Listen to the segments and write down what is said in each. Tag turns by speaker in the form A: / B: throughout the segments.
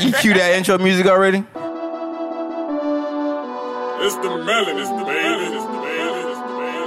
A: You cue that intro music already?
B: It's the melon, it's the melon, it's the melon, it's the melon,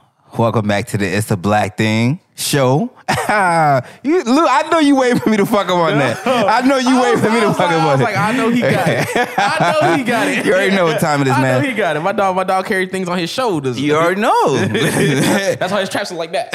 A: Welcome back to the It's a Black Thing show. you, Lou, I know you waiting for me to fuck up on that. I know you waiting for me
C: I
A: to
C: was
A: fuck
C: like-
A: up
C: I
A: on
C: was like,
A: that.
C: I know he got it. I know he got it.
A: You already know what time it is,
C: I
A: man.
C: know he got it. My dog, my dog carried things on his shoulders.
A: You already know.
C: That's why his traps are like that.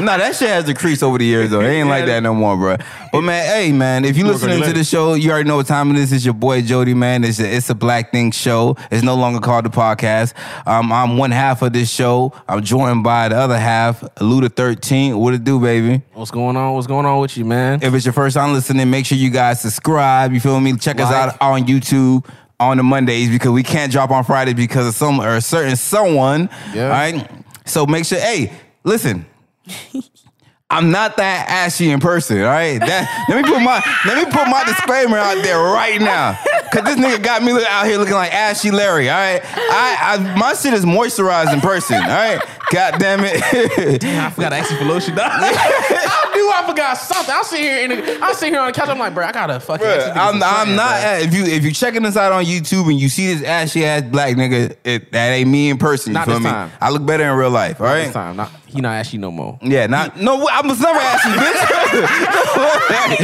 A: nah, that shit has decreased over the years though. It ain't like that no more, bro. But man, hey man, if you listening to the show, you already know what time it is. It's your boy Jody, man. It's a, it's a Black Thing show. It's no longer called the podcast. Um, I'm one half of this show. I'm joined by the other half, Luda 13. What it do, baby?
C: What's going on? What's going on with you, man?
A: If it's your first time listening, make sure you guys subscribe. You feel me? Check us
C: Like.
A: out on YouTube on the Mondays because we can't drop on Fridays because of some or a certain someone.
C: Yeah.
A: All right. So make sure, hey, listen. I'm not that ashy in person, all right? That, let me put my let me put my disclaimer out there right now. Cause this nigga got me look- out here looking like Ashy Larry, all right? I, I my shit is moisturized in person, all right? God damn it.
C: I forgot to ask you for lotion. dog. I knew I forgot something. I'll sit here in the, I'll sit here on the couch. I'm like, bro, I gotta fucking. ask these niggas
A: Uh, I'm,
C: a
A: I'm
C: friend,
A: not. uh,
C: bruh."
A: If you if you checking us out on YouTube and you see this ashy ass black nigga, it, that ain't me in person. You
C: Not
A: feel
C: this
A: me?
C: time.
A: I look better in real life. All
C: This
A: right.
C: time, not, he not asking no more.
A: Yeah. Not. No. I was never ashy, bitch.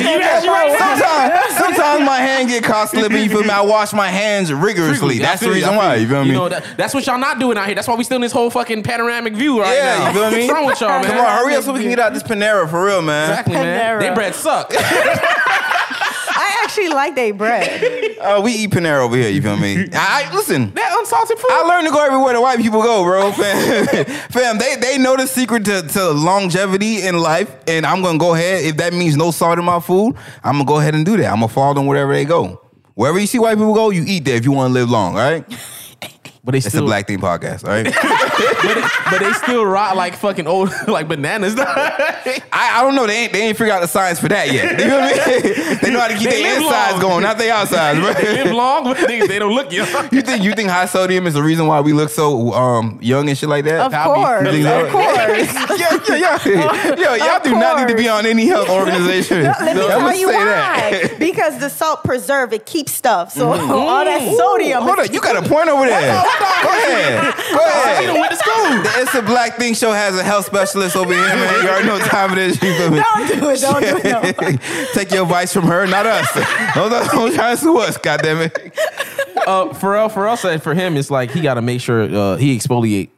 A: sometimes, sometimes my hand get caught slipping. You feel me? I wash my hands rigorously.
C: Frequently, I
A: That's the
C: feel
A: reason
C: I
A: why. You feel me?
C: You know, that, that's what y'all not doing out here. That's why we still in this whole fucking panoramic view right
A: yeah.
C: now.
A: You feel me?
C: What's wrong with y'all, man?
A: Come on, hurry up so we can get out this Panera for real, man.
C: Exactly, man.
D: Panera.
C: They bread suck.
D: I actually like they bread.
A: Uh, we eat Panera over here. You feel me? I, I listen.
C: that unsalted food.
A: I learned to go everywhere the white people go, bro. Fam, fam they, they know the secret to, to longevity in life, and I'm gonna go ahead. If that means no salt in my food, I'm gonna go ahead and do that. I'm gonna follow them wherever they go. Wherever you see white people go, you eat there if you want to live long. All right,
C: but they
A: it's the Black Thing Podcast. All right,
C: but, they, but they still rot like fucking old like bananas. they
A: I, I don't know. They ain't they ain't figured out the science for that yet. You feel me? they know how to keep
C: They
A: their
C: live
A: insides
C: long.
A: going, not their outsides, bro.
C: live long, but they, they don't look young.
A: You think you think high sodium is the reason why we look so um, young and shit like that?
D: Of
C: That'd be
D: course.
A: really
D: Of
A: good.
D: course.
A: yeah, yeah, yeah. Yo, y'all
D: Of
A: do not need to
D: course.
A: be on any health organization.
D: Let me
A: I'ma
D: tell you
A: say
D: why. Mm.
A: that.
D: Because the salt preserve it keeps stuff. So all that sodium.
A: Hold on, you got a point over there. Go ahead. Go
C: She done
A: ahead.
C: went to school.
A: The It's a Black Thing show has a health specialist over here, man. You already know what time it is. You feel me?
D: Don't do it. Don't do it. No.
A: Take your advice from her, not us. Don't, don't try to sue us, goddammit.
C: Uh, Pharrell, Pharrell said for him, it's like he got to make sure uh, he exfoliate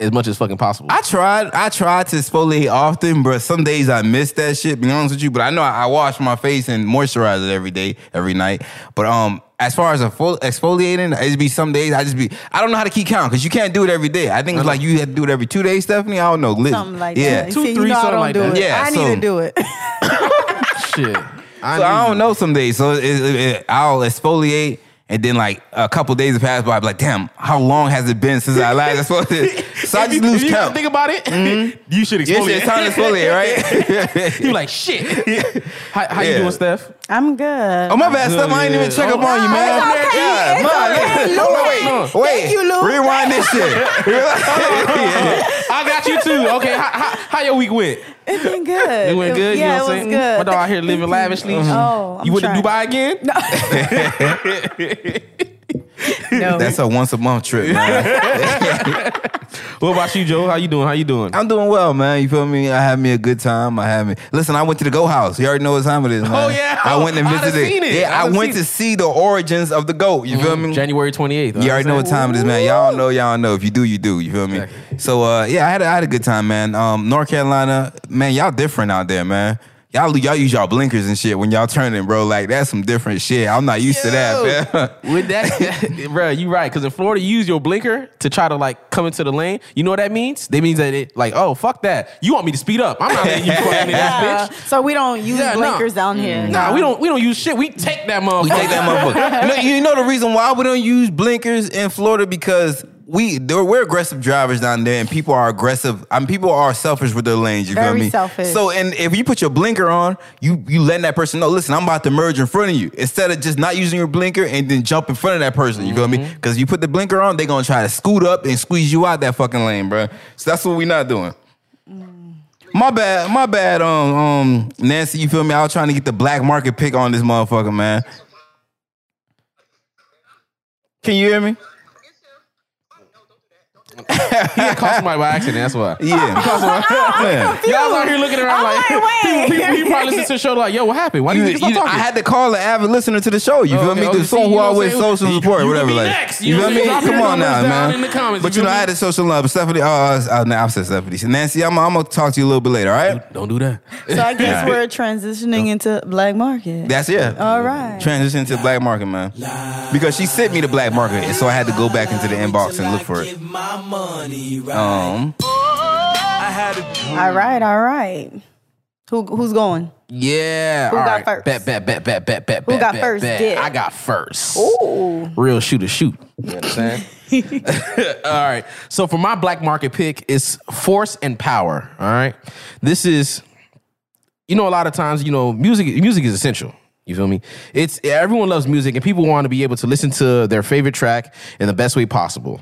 C: as much as fucking possible.
A: I tried. I tried to exfoliate often, but some days I miss that shit. Be honest with you, but I know I, I wash my face and moisturize it every day, every night. But um, as far as a full exfoliating, it be some days I just be. I don't know how to keep count because you can't do it every day. I think
C: Uh-huh.
A: it's like you have to do it every two days, Stephanie. I don't know. Liz-
D: Something like
A: yeah.
D: that.
A: So
C: Two,
D: See,
C: three,
D: you know I
C: something
D: don't
C: like
D: do
C: that.
D: it.
A: Yeah,
D: I need
A: so-
D: to do it.
C: Shit. I,
A: I
C: knew-
A: don't know some days. So it, it, it- I'll exfoliate. And then like a couple days have passed by, I'm like, damn, how long has it been since I last exfoliated? So I
C: If you-
A: just lose
C: if you
A: count.
C: Think about it. Mm-hmm. You should
A: Yeah, shit,
C: exfoliate.
A: it's time to exfoliate, right?
C: you like shit. How, how
A: Yeah.
C: you doing, Steph?
D: I'm good.
A: Oh my bad,
C: Yeah,
A: Steph. I ain't
C: yeah.
A: even check up
C: Oh,
A: on you,
D: no,
A: man.
D: it's okay,
A: Yeah,
D: it's
A: man,
D: okay,
A: listen.
D: Lou.
A: Wait, wait.
D: Thank you, Lou.
A: Rewind this shit.
C: I got you too. Okay, how, how, how your week went?
D: It been good.
C: It went good.
D: Yeah,
C: you know what I'm
D: it
C: saying?
D: was good.
C: My dog out here
D: Thank
C: living
D: you.
C: lavishly. Mm-hmm.
D: Oh, I'm
C: you went
D: trying.
C: to Dubai again? No.
D: No.
A: That's a once a month trip, man.
C: What about you, Joe? How you doing? How you doing?
A: I'm doing well, man. You feel me? I had me a good time. I had me. Listen, I went to the Go House. You already know what time it is, man.
C: Oh, yeah.
A: I went and
C: I'd have
A: visited.
C: seen it.
A: Yeah, I
C: I'd
A: Mm,
C: have
A: went
C: seen
A: to see the origins of the goat. You feel me?
C: January 28th.
A: You already know what time it is, man. Y'all know, y'all know. If you do, you do. You feel me? So uh, yeah, I had a, I had a good time, man. Um, North Carolina, man, y'all different out there, man. Y'all, y'all use y'all blinkers and shit when y'all turning, bro. Like that's some different shit. I'm not used to that. fam.
C: With that, bro, you right. Because in Florida, you use your blinker to try to like come into the lane. You know what that means? That means that it like, oh fuck that. You want me to speed up? I'm not letting you fucking in
D: Uh,
C: this bitch.
D: so we don't use
C: Yeah, nah.
D: blinkers down here.
C: Nah, we don't. We don't use shit. We take that motherfucker.
A: We take that motherfucker. You know, you know the reason why we don't use blinkers in Florida because we there- we're aggressive drivers down there, and people are aggressive. I mean, people are selfish with their lanes. You feel
D: Very
A: me?
D: selfish.
A: So, and if you put your blinker on, you you letting that person know. Listen, I'm about to merge in front of you instead of just not using your blinker and then jump in front of that person. You feel me?
D: Mm-hmm.
A: Because you put the blinker on, they gonna try to scoot up and squeeze you out that fucking lane, bro. So that's what we not doing.
D: Mm.
A: My bad, my bad, um, um, Nancy, you feel me? I was trying to get the black market pick on this motherfucker, man. Can you hear me?
C: I caught somebody by accident. That's why.
A: Yeah. Yeah.
C: Y'all out here looking around
D: I'm
C: like,
D: like, wait.
C: people, people probably listen to the show like, yo, what happened? Why do
A: You-
C: you niggas
A: you-
C: not talking?
A: I had to call an avid listener to the show. You
C: Oh,
A: feel
C: okay,
A: me?
C: okay.
A: The
C: See,
A: someone
C: you
A: who
C: know what I'm
A: always
C: saying?
A: social
C: You-
A: support,
C: you
A: whatever.
C: be
A: Like,
C: next.
A: you
C: You
A: feel
C: know
A: me?
C: what I'm saying?
A: Come
C: Drop
A: on
C: your
A: now,
C: numbers down
A: man.
C: in the comments
A: but
C: if
A: you know,
C: you
A: I had
C: be-
A: to social love. Stephanie, uh, uh, no, I said Stephanie. Nancy, I'm, I'm gonna talk to you a little bit later. All right.
C: Don't do that.
D: So I guess we're transitioning into black market.
A: That's it.
D: All right.
A: Transition to black market, man. Because she sent me the black market, and so I had to go back into the inbox and look for it. Um.
D: all right, all right. Who who's going?
C: Yeah.
D: Who
C: all
D: got
C: right.
D: first?
C: Bet, bet, bet, bet, bet, bet,
D: Who
C: bet,
D: got
C: bet,
D: first
C: bet.
D: dick?
C: I got first.
D: Ooh.
C: Real shoot to shoot. You know what I'm saying? all right. So for my black market pick, it's force and power. All right. This is, you know, a lot of times, you know, music music is essential. You feel me? It's everyone loves music and people want to be able to listen to their favorite track in the best way possible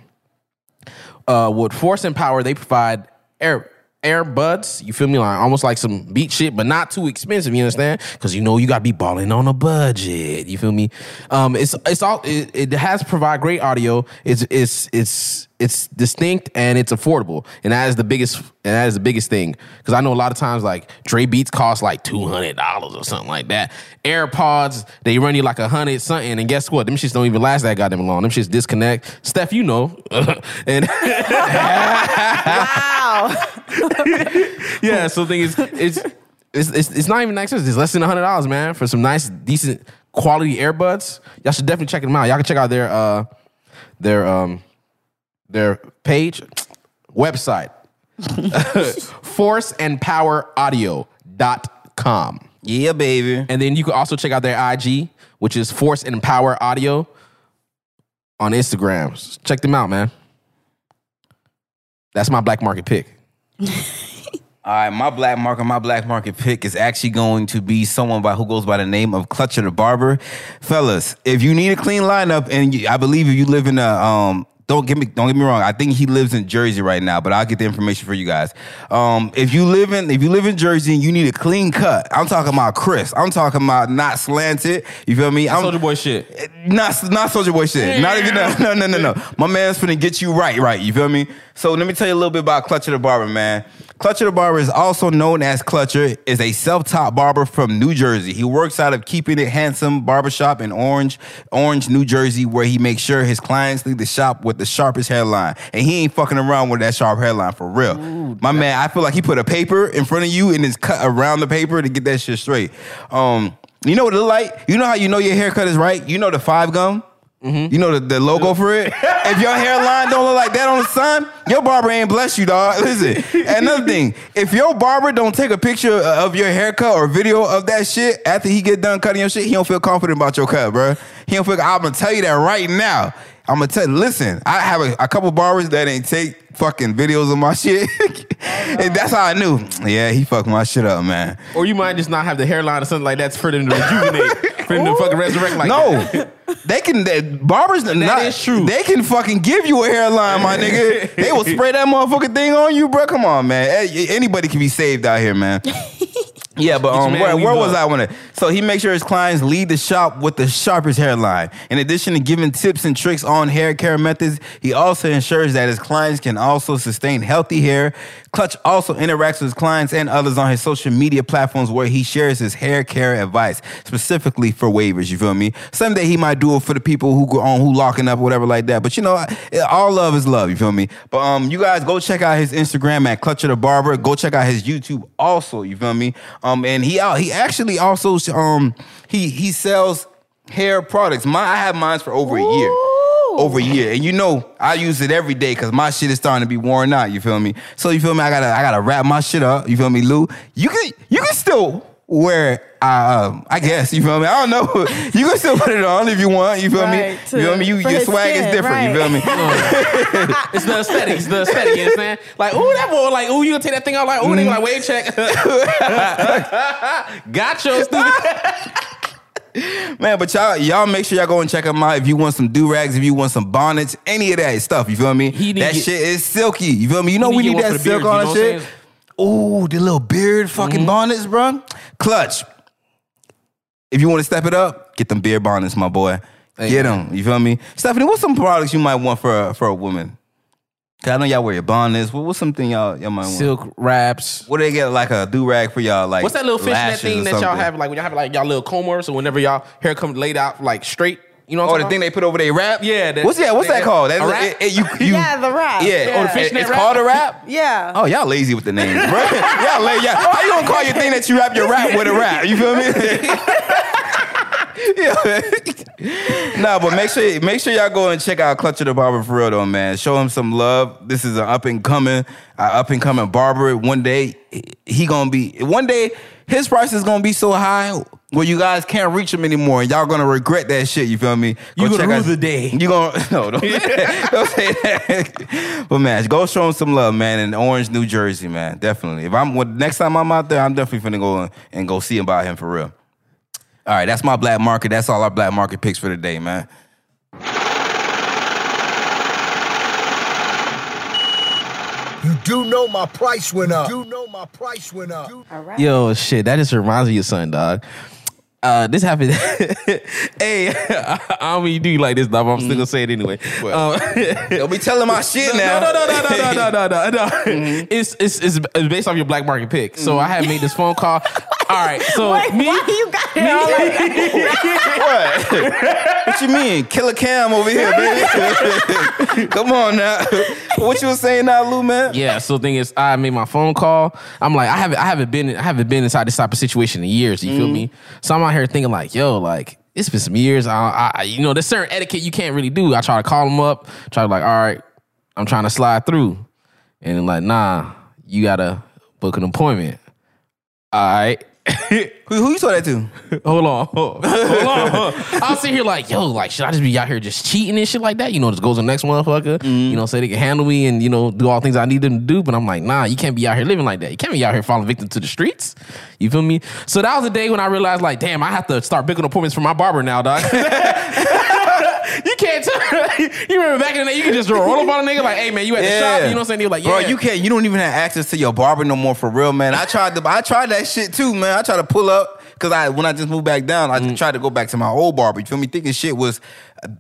C: uh, with force and power, they provide air air buds. You feel me? Like almost like some beat shit, but not too expensive. You understand? Because you know you gotta be balling on a budget. You feel me? Um, it's it's all it, it has to provide great audio. It's it's it's it's distinct and it's affordable, and that is the biggest and that is the biggest thing. Because I know a lot of times like Dre beats cost like two hundred dollars or something like that. AirPods they run you like a hundred something, and guess what? Them shits don't even last that goddamn long. Them shits disconnect. Steph, you know, and.
D: Wow.
C: yeah. So the thing is, it's it's it's, it's not even that expensive. It's less than hundred dollars, man, for some nice, decent quality earbuds. Y'all should definitely check them out. Y'all can check out their uh their um their page website forceandpoweraudio.com.
A: Yeah, baby.
C: And then you can also check out their IG, which is Force and Power Audio on Instagram. Check them out, man. That's my black market pick.
A: All right, my black market, my black market pick is actually going to be someone by who goes by the name of Clutcher the Barber. Fellas, if you need a clean lineup, and you, I believe if you live in a um, don't get me don't get me wrong, I think he lives in Jersey right now, but I'll get the information for you guys. Um, if you live in if you live in Jersey and you need a clean cut, I'm talking about Chris. I'm talking about not slanted. You feel me? I'm,
C: Soldier Boy shit.
A: not not Soldier Boy shit. Not even no no no no no. My man's finna get you right, right. You feel me? So let me tell you a little bit about Clutcher the Barber, man. Clutcher the Barber is also known as Clutcher, is a self-taught barber from New Jersey. He works out of Keeping It Handsome Barbershop in Orange, Orange, New Jersey, where he makes sure his clients leave the shop with the sharpest hairline. And he ain't fucking around with that sharp hairline for real. My man, I feel like he put a paper in front of you and it's cut around the paper to get that shit straight. Um you know what it look like? You know how you know your haircut is right? You know the five gum? Mm-hmm. You know the, the logo for it? if your hairline don't look like that on the sun, your barber ain't bless you, dog. Listen. Another thing, if your barber don't take a picture of your haircut or video of that shit after he get done cutting your shit, he don't feel confident about your cut, bro. He don't feel I'm gonna tell you that right now. I'm gonna tell. Listen, I have a, a couple barbers that ain't take fucking videos of my shit, and that's how I knew. Yeah, he fucked my shit up, man.
C: Or you might just not have the hairline or something like that's for them to rejuvenate, for them to fucking resurrect like
A: no,
C: that.
A: they can. They, barbers, that not,
C: is true.
A: They can fucking give you a hairline, my nigga. They will spray that motherfucking thing on you, bro. Come on, man. Hey, Anybody can be saved out here, man. Yeah, but um,
C: man
A: where,
C: weave
A: where was
C: up.
A: I when it? So he makes sure his clients lead the shop with the sharpest hairline. In addition to giving tips and tricks on hair care methods, he also ensures that his clients can also sustain healthy hair. Clutch also interacts with his clients and others on his social media platforms where he shares his hair care advice, specifically for waivers. You feel me? Someday he might do it for the people who go on who locking up, whatever like that. But you know, I- all love is love. You feel me? But um, you guys go check out his Instagram at Clutcher the Barber. Go check out his YouTube also. You feel me? Um, and he out. He actually also um he he sells hair products. My I have mine for over a year. Over a year, and you know I use it every day because my shit is starting to be worn out. You feel me? So you feel me? I gotta I gotta wrap my shit up. You feel me, Lou? You can you can still wear uh, um, I guess you feel me. I don't know. You can still put it on if you want. You feel me?
D: Right, to-
A: you feel me? You,
D: for
A: your
D: his
A: swag is
D: skin,
A: different. You feel
D: right.
A: me?
C: It's the aesthetic. It's the aesthetic. You understand? Like, ooh, that boy. Like, ooh, you gonna take that thing out? Like, ooh, they gonna like, wave check. Got your stupid.
A: Man, but y'all, y'all make sure y'all go and check him out. If you want some do rags, if you want some bonnets, any of that stuff, you feel me?
C: He need
A: that
C: get-
A: shit is silky. You feel me? You know
C: need
A: we
C: get
A: need
C: one for
A: that
C: the
A: silk
C: beards, you know
A: on
C: what I'm Mm-hmm.
A: shit. Ooh, the little beard fucking bonnets, bro. Clutch. If you want to step it up, get them beard bonnets, my boy. Get them. You feel me, Stephanie? What's some products you might want for a, for a woman? Cause I know y'all wear your bonnets. What, what's something y'all y'all might want?
C: Silk wraps.
A: What do they get like a do rag for y'all? Like
C: What's that little fishnet
A: lashes or
C: thing that y'all
A: something?
C: have? Like when y'all have like y'all little combers, or whenever y'all hair come laid out like straight. You know
A: Oh,
C: what
A: the
C: I'm
A: thing
C: talking
A: they put over their wrap.
C: Yeah, that-
A: what's that? What's
C: they-
A: that called? That's
C: a wrap?
A: it- it- you- you-
D: Yeah, the wrap.
A: Yeah.
D: Yeah. Oh, the
C: fishnet
A: it's
C: wrap?
A: called a wrap.
D: Yeah.
A: Oh, y'all lazy with the names, bro. y'all lazy. Y'all, how you gonna call your thing that you wrap your rap with a rap? You feel me? Yeah. nah, but make sure make sure y'all go and check out Clutcher the Barber for real though, man. Show him some love. This is an up and coming, up and coming barber. One day he gonna be. One day his price is gonna be so high where you guys can't reach him anymore, and y'all gonna regret that shit. You feel me?
C: You gonna rue
A: out-
C: the day.
A: You gonna no, don't, don't say that. But man, go show him some love, man, in Orange, New Jersey, man. Definitely. If I'm when- next time I'm out there, I'm definitely finna go and, and go see about him for real. All right, that's my black market. That's all our black market picks for today, man.
E: You do know my price went up. You do know my price went up. You
D: All right.
C: Yo, shit, that just reminds me of something, dog. Uh, this happened. hey, I don't mean you do like this, dog. But I'm still gonna say it anyway. Um,
A: Don't be telling my shit
C: No,
A: now.
C: no, no, no, no, no, no, no, no, no. It's, it's it's it's based off your black market pick. So I had made this phone call. All right, so
D: Wait,
C: Oh. me,
D: why you got it
C: me-
D: all like
A: What? what you mean? Killer Cam over here, baby. Come on now. What you was saying now, Lou, man?
C: yeah. So the thing is, I made my phone call. I'm like, I haven't I haven't been I haven't been inside this type of situation in years. You feel me? So I'm out here thinking like, yo, like. It's been some years. I, I, I- you know, there's certain etiquette you can't really do. I try to call them up, try to like, all right, I'm trying to slide through, and they're like, nah, you gotta book an appointment. All right,
A: Who, who you told that to?
C: Hold on, hold on. I'll sit here like, yo, like, should I just be out here just cheating and shit like that? You know, just goes to the next motherfucker.
A: Mm-hmm.
C: You know, say they can handle me and you know do all things I need them to do. But I'm like, nah, you can't be out here living like that. You can't be out here falling victim to the streets. You feel me? So that was the day when I realized, like, damn, I have to start booking appointments for my barber now, dog. You can't tell. you remember back in the day, you could just roll up on a nigga like, "Hey man, you at the shop?" You know what I'm saying? You're like, "Yeah."
A: Bro, you can't. You don't even have access to your barber no more for real, man. I tried to. I tried that shit too, man. I tried to pull up because I when I just moved back down, I
C: Mm.
A: tried to go back to my old barber. You feel me? Thinking shit was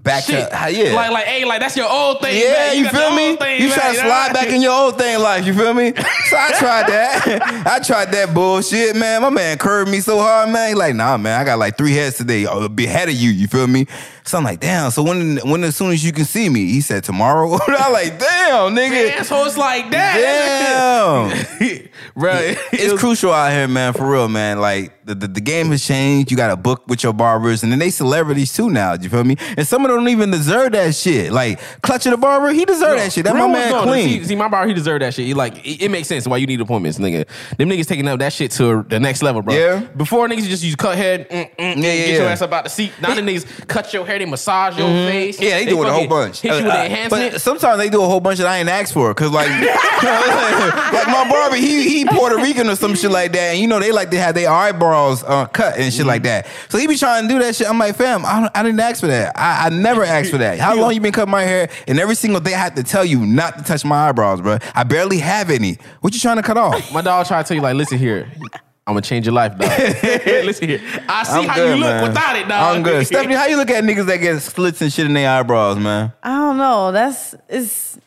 A: back
C: Shit.
A: to how- yeah.
C: Like, like, hey, like that's your old thing.
A: Yeah,
C: man.
A: you,
C: got
A: feel
C: the
A: me?
C: old thing,
A: you
C: man.
A: try to
C: know?
A: slide back in your old thing life, you feel me? So I tried that. I tried that bullshit, man. My man curved me so hard, man. He like, nah, man, I got like three heads today. I'll be ahead of you, you feel me? So I'm like, damn, so when when as soon as you can see me? He said tomorrow. I'm like, damn,
C: Yeah,
A: nigga.
C: so it's like that.
A: Damn.
C: Right.
A: It's crucial out here, man, for real, man. Like the, the, the game has changed. You got to book with your barbers, and then they celebrities too now. You feel me? And some of them don't even deserve that shit. Like Clutch of the Barber, he deserved that shit. That my
C: Real
A: man
C: was going-
A: clean.
C: See, see, my bar, he deserved that shit. He like, it, it makes sense why you need appointments, nigga. Them niggas taking up that shit to the next level, bro.
A: Yeah.
C: Before niggas just use cut head, mm, mm, mm,
A: Yeah, yeah,
C: get your
A: yeah. Mm-hmm.
C: ass up out the seat. Now the niggas cut your hair, they massage your face.
A: Yeah, they, do it a whole
C: fucking
A: bunch.
C: Hit you with
A: Uh,
C: the
A: uh,
C: enhancement.
A: But sometimes they do a whole bunch that I ain't asked for. Cause like, like my barber, he he Puerto Rican or some shit like that. And you know, they like to have their eyebrows uh, cut and shit like
C: Mm-hmm.
A: that. So he be trying to do that shit. I'm like, fam, I, don't- I didn't ask for that. I, I never asked for that. How long you been cutting my hair? And every single day I have to tell you not to touch my eyebrows, bro. I barely have any. What you trying to cut off?
C: My dog try to tell you like, listen here. I'm gonna change your life, dog. Listen here. I see
A: I'm
C: how
A: good,
C: you look
A: man.
C: without it, dog.
A: I'm good. Stephanie, how you look at niggas that get slits and shit in their eyebrows, man?
D: I don't know. That's it's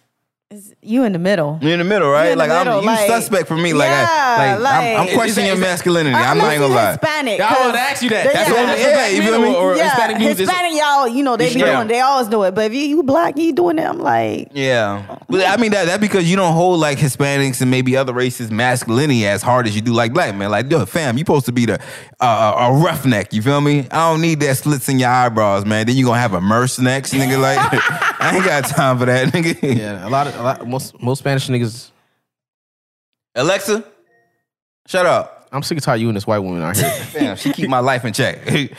D: It's you in the middle.
A: You're in the middle, right?
D: in the
A: like
D: middle,
A: I'm, you
D: like-
A: suspect for me. Like,
D: Yeah,
A: I, like, I'm, I'm
D: like-
A: questioning your masculinity. I'm not
D: Unless
A: even gonna
D: he's
A: lie.
D: Hispanic.
C: I wanted
D: 'cause-
C: to ask you that. That's
D: yeah.
C: what I'm
A: Yeah, you feel me?
C: Or
D: yeah,
C: Hispanic music. is-
D: Hispanic, y'all, you know, they be
A: Yeah.
D: doing, they always do it. But if you, you black, you doing it, I'm like,
A: Yeah, but I mean that that because you don't hold like Hispanics and maybe other races masculinity as hard as you do like black man. Like, yo, fam, you supposed to be the uh, a roughneck. You feel me? I don't need that slits in your eyebrows, man. Then you gonna have a merce next, nigga. Like, I ain't got time for that, nigga.
C: Yeah, a lot of a lot, most most Spanish niggas.
A: Alexa, shut up.
C: I'm sick of tired of you and this white woman out here.
A: Fam, she keep my life in check. you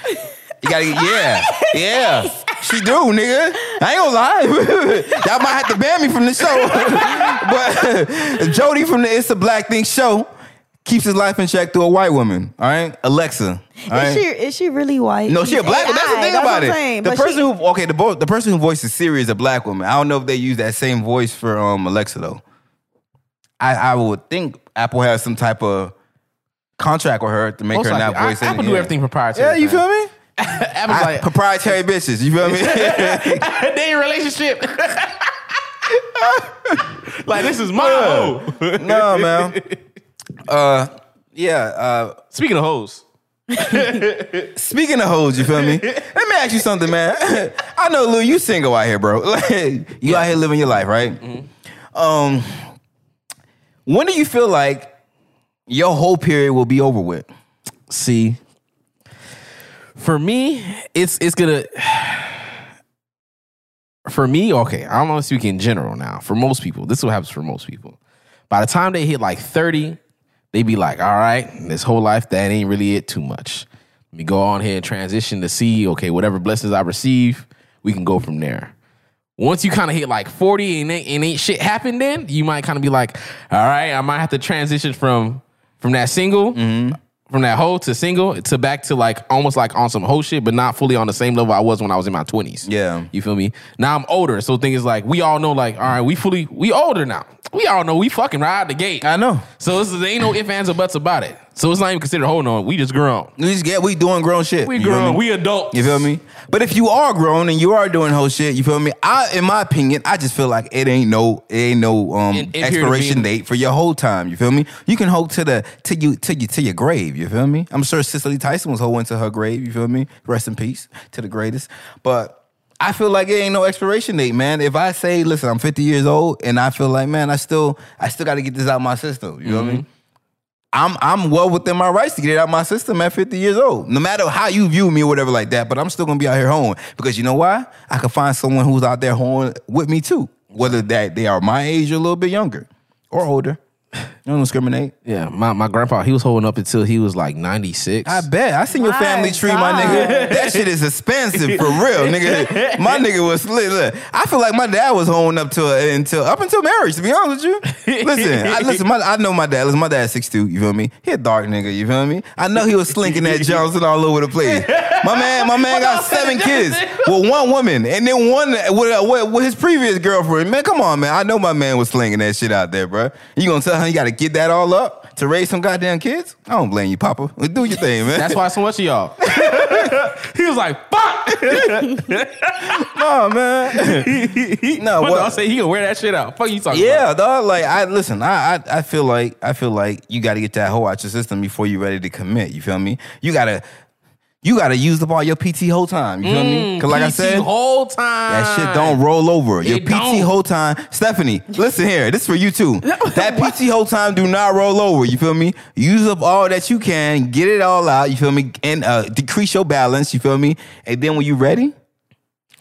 A: gotta, yeah, yeah. She do, nigga. I ain't gonna lie. Y'all might have to ban me from the show. but Jody from the It's a Black Thing show keeps his life in check through a white woman. All right, Alexa. All
D: is
A: right?
D: she is she really white?
A: no, she a black.
D: All
A: That's the
D: right,
A: thing
D: that's
A: about
D: what I'm
A: it.
D: saying,
A: the
D: but
A: person
D: she-
A: who okay, the bo- the person who voices Siri is a black woman. I don't know if they use that same voice for um Alexa though. I I would think Apple has some type of contract with her to make
C: Most
A: her
C: likely.
A: not
C: I,
A: voice.
C: Apple do
A: yeah.
C: everything proprietary.
A: Yeah, you
C: fam.
A: feel me?
C: Apple's
A: I-
C: like
A: proprietary bitches. You feel me?
C: they in a relationship. like this is my hoe.
A: no, man. Uh, yeah. Uh,
C: Speaking of hoes,
A: speaking of hoes, you feel me? Let me ask you something, man. I know, Lou, you single out here, bro. Like, you out here living your life, right? Um, when do you feel like your whole period will be over with?
C: see, for me, it's it's gonna. For me, okay, I'm gonna speak in general now. For most people, this is what happens for most people. By the time they hit like 30, they be like, all right, this whole life, that ain't really it too much. Let me go on here and transition to see, okay, whatever blessings I receive, we can go from there. Once you kind of hit like 40 and ain't, and ain't shit happened then, you might kind of be like, all right, I might have to transition from from that single, from that whole to single to back to like almost like on some whole shit, but not fully on the same level I was when I was in my 20s.
A: Yeah.
C: You feel me? Now I'm older. So thing is like, we all know like, all right, we fully, we older now. We all know we fucking right out the gate.
A: I know.
C: So this is, ain't no ifs, ands, or buts about it. So it's not even considered holding on. We just grown.
A: We just get we doing grown shit.
C: We
A: you feel
C: grown.
A: me?
C: We adults.
A: You feel me? But if you are grown and you are doing whole shit, you feel me? I, in my opinion, I just feel like it ain't no, it ain't no um
C: An impure
A: expiration
C: being.
A: date for your whole time. You feel me? You can hold to the to you to you to your grave. You feel me? I'm sure Cicely Tyson was holding to her grave. You feel me? Rest in peace to the greatest. But I feel like it ain't no expiration date, man. If I say, listen, I'm 50 years old, and I feel like, man, I still I still got to get this out of my system. You know what I mean? I'm I'm well within my rights to get it out of my system at 50 years old. No matter how you view me or whatever like that, but I'm still gonna be out here hoeing because you know why? I can find someone who's out there hoeing with me too, whether that they are my age or a little bit younger or older. You don't discriminate.
C: Yeah, my, my grandpa, he was holding up until he was like 96.
A: I bet. I seen your
D: My
A: family tree, my
D: God.
A: nigga. That shit is expensive for real, nigga. My nigga was lit. Look, I feel like my dad was holding up to uh, until up until marriage. To be honest with you, listen, I listen. My, I know my dad. Listen, my dad's six two. You feel me? He a dark nigga. You feel me? I know he was slinking at Johnson all over the place. My man, my man got seven kids with one woman, and then one with, uh, with, with his previous girlfriend. Man, come on, man. I know my man was slinging that shit out there, bro. You gonna tell him you gotta get that all up to raise some goddamn kids? I don't blame you, Papa. Do your thing, man.
C: That's why so much of y'all. he was like, fuck.
A: No, Oh, man. no,
C: What? I
A: what?
C: say he gonna wear that shit out. Fuck you talking
A: Yeah, dog. Like, I listen. I, I, I feel like, I feel like you got to get that hoe out your system before you're ready to commit. You feel me? You gotta, you gotta use up all your PT whole time. You feel me? Cause
C: about.
A: like I
C: PT
A: said,
C: Mm, whole time.
A: that shit don't roll over. Your
C: It
A: PT
C: don't.
A: whole time, Stephanie. Listen here, this is for you too. That PT whole time do not roll over. You feel me? Use up all that you can, get it all out. You feel me? And uh, decrease your balance. You feel me? And then when you ready,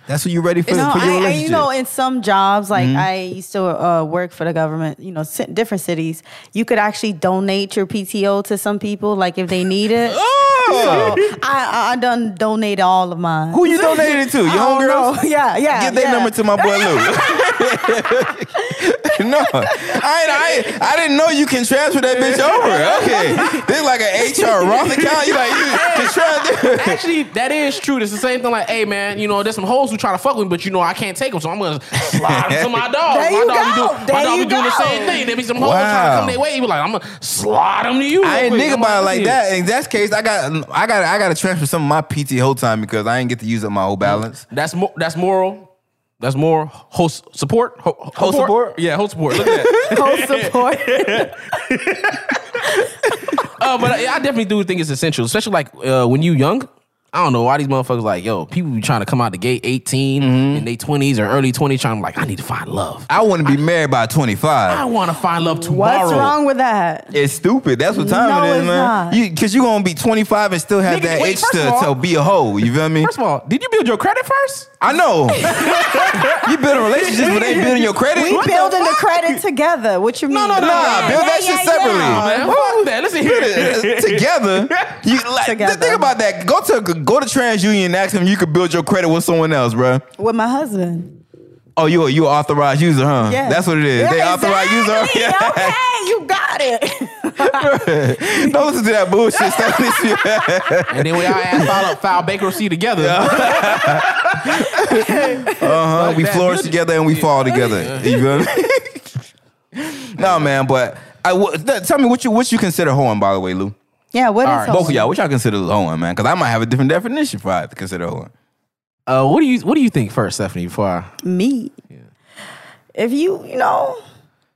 A: that's when you ready for,
D: no,
A: for your
D: I, I,
A: relationship.
D: you know, in some jobs, like
A: Mm-hmm.
D: I used to uh, work for the government, you know, ci- different cities, you could actually donate your PTO to some people, like if they need it.
A: Oh!
D: So I, I done donated all of mine.
A: Who you donated it to? Your
D: I don't
A: homegirls?
D: know. Yeah, yeah,
A: Give that
D: yeah.
A: number to my boy Lou. no, I, ain't- I ain't- I didn't know you can transfer that bitch over. Okay, this like an HR Roth account. You like you can transfer.
C: Actually, that is true. It's the same thing. Like, hey man, you know, there's some hoes who try to fuck with me, but you know I can't take them, so I'm gonna slide them to my dog.
D: There
C: my
D: you
C: dog be
D: go.
C: doing, my
D: There
C: dog be
D: you
C: doing the
D: go.
C: same thing. There be some hoes trying
A: Wow.
C: to come their way. You be like, I'm gonna slide them to you.
A: I
C: real
A: ain't
C: quick.
A: think
C: I'm
A: about it like
C: shit.
A: that. In that case, I got I got I got to transfer some of my PT whole time because I ain't get to use up my whole balance.
C: That's mo- that's moral. That's more host support. Ho- ho-
A: Host support?
C: Yeah, host support. Look at that.
D: Whole support.
C: uh, but I, I definitely do think it's essential, especially like uh, when you young. I don't know why these motherfuckers like yo. People be trying to come out the gate 18
A: Mm-hmm.
C: in their twenties or early twenties, trying to like I need to find love.
A: I want to be married by
C: I
A: 25.
C: want to find love tomorrow.
D: What's wrong with that?
A: It's stupid. That's what time
D: No,
A: it is, man.
D: it's not.
A: Because you, are going to be 25 and still have
C: Nigga,
A: that
C: wait,
A: itch
C: first
A: to,
C: of all-
A: to be a hoe. You feel me?
C: First of all, did you build your credit first?
A: I know. you building relationships, but ain't building your credit.
D: We building the credit together. What you mean?
C: no, no,
A: Nah, build that shit separately.
C: Oh, man. Fuck that. Listen here.
A: Together, you like,
D: Together.
A: think about that. Go to go to TransUnion and ask them you could build your credit with someone else, bruh.
D: With my husband.
A: Oh, you a- you an authorized user, huh?
D: Yeah.
A: That's what it is.
D: Yeah,
A: they authorized
D: exactly.
A: user. Yeah.
D: Okay, you got it.
A: Don't listen to that bullshit stuff. This shit.
C: and then we all ass file up, file bankruptcy together.
A: Uh-huh. we
C: that.
A: flourish together and we fall together. You feel me? no, man, but I w- th- tell me what you what you consider hoeing, by the way, Lou.
D: Yeah, what is
C: All right,
A: Both of y'all, what y'all consider hoeing, man? Because I might have a different definition for I consider hoeing.
C: Uh, what do you What do you think first, Stephanie? Before I,
D: me. If you, you know,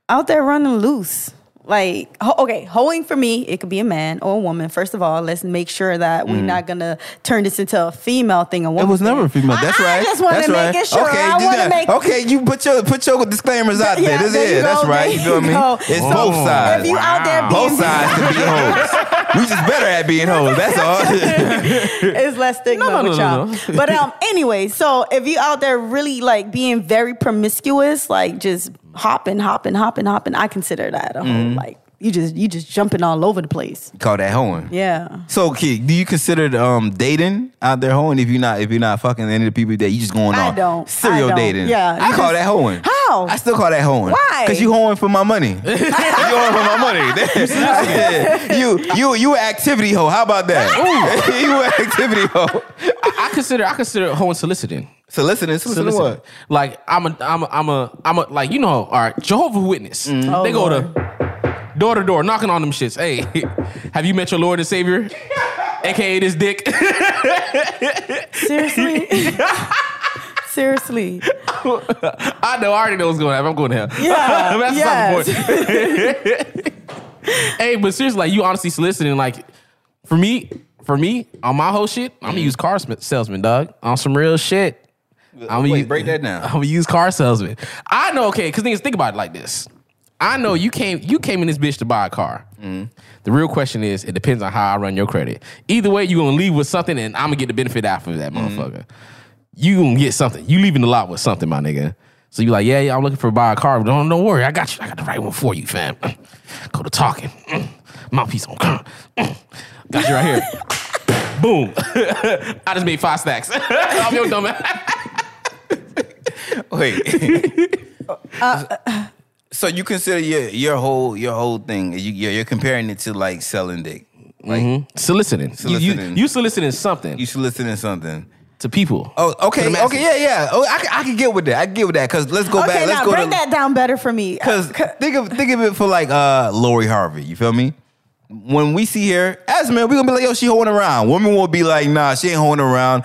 D: out there running loose. Like, ho- okay, hoeing for me, it could be a man or a woman. First of all, let's make sure that we're not gonna turn this into a female thing. A woman.
A: Mm. It was never a
D: thing.
A: female. That's
D: I-
A: right.
D: I just wanted
A: That's
D: to
A: right.
D: make it sure.
A: Okay,
D: I
A: do
D: want to
A: that.
D: make
A: okay. You put your put your disclaimers out
D: Yeah,
A: there. This
D: there you
A: is. That's
D: go,
A: right.
D: there
A: You feel
D: you
A: me?
D: go.
A: It's
D: So,
A: both
C: if
A: sides.
D: If you out there being
A: both sides to be hoes. We just better at being hoes. That's all.
D: it's less stigma
C: No, no,
D: with
C: no,
D: y'all.
C: no,
D: But um, anyway, so if you out there really like being very promiscuous, like just hopping, hopping, hopping, hopping, I consider that a whole
A: Mm-hmm.
D: like you just you just jumping all over the place.
A: Call that hoeing.
D: Yeah.
A: So, Keek, do you consider um, dating out there hoeing if you're not if you're not fucking any of the people that you just going
D: I
A: on
D: don't.
A: serial
D: I don't.
A: dating?
D: Yeah,
A: I
D: you
A: call
D: just-
A: that hoeing.
D: How?
A: I still call that hoeing.
D: Why?
A: Because you hoeing for my money. you hoeing for my money. you you you an activity hoe. How about that? you an activity hoe.
C: I, I consider I consider hoeing soliciting.
A: So listen, listen, listen to what?
C: Like I'm a I'm a I'm a I'm a like you know all right Jehovah Witness.
D: Oh,
C: they go to door to door knocking on them shits. Hey, have you met your Lord and Savior? AKA this dick.
D: Seriously. Seriously.
C: I know. I already know what's going to happen. I'm going to hell.
D: Yeah,
C: that's
D: yes.
C: not the point. hey, but seriously, like you honestly soliciting. Like for me, for me on my whole shit, I'm gonna use car sm- salesman, dog. On some real shit. I'm
A: Wait, break that down.
C: I'm a used car salesman. I know, okay, because niggas think about it like this. I know you came you came in this bitch to buy a car.
A: Mm-hmm.
C: The real question is, it depends on how I run your credit. Either way, you're gonna leave with something, and I'm gonna get the benefit out of that
A: Mm-hmm.
C: motherfucker. You gonna get something. You leaving the lot with something, my nigga. So you like, yeah, yeah, I'm looking for buy a car. But don't, don't worry, I got you. I got the right one for you, fam. Go to talking. Mouthpiece on. Got you right here. Boom. I just made five stacks. I'm your dumb ass.
A: Wait.
D: Uh,
A: so you consider your your whole your whole thing? You, you're, you're comparing it to like selling dick. Like
C: soliciting. You- You,
A: Soliciting.
C: you soliciting something
A: you soliciting something.
C: to people.
A: Oh,
C: To
A: okay,
C: the masses.
A: okay, yeah, yeah. Oh, I, can- I can get with that. I can get with that because let's go
D: okay,
A: back. Let's
D: now
A: go
D: break
A: to
D: that down better for me.
A: because think of think of it for like uh Lori Harvey. You feel me? When we see her as men, we gonna be like, yo, she holding around. Women will be like, nah, she ain't holding around.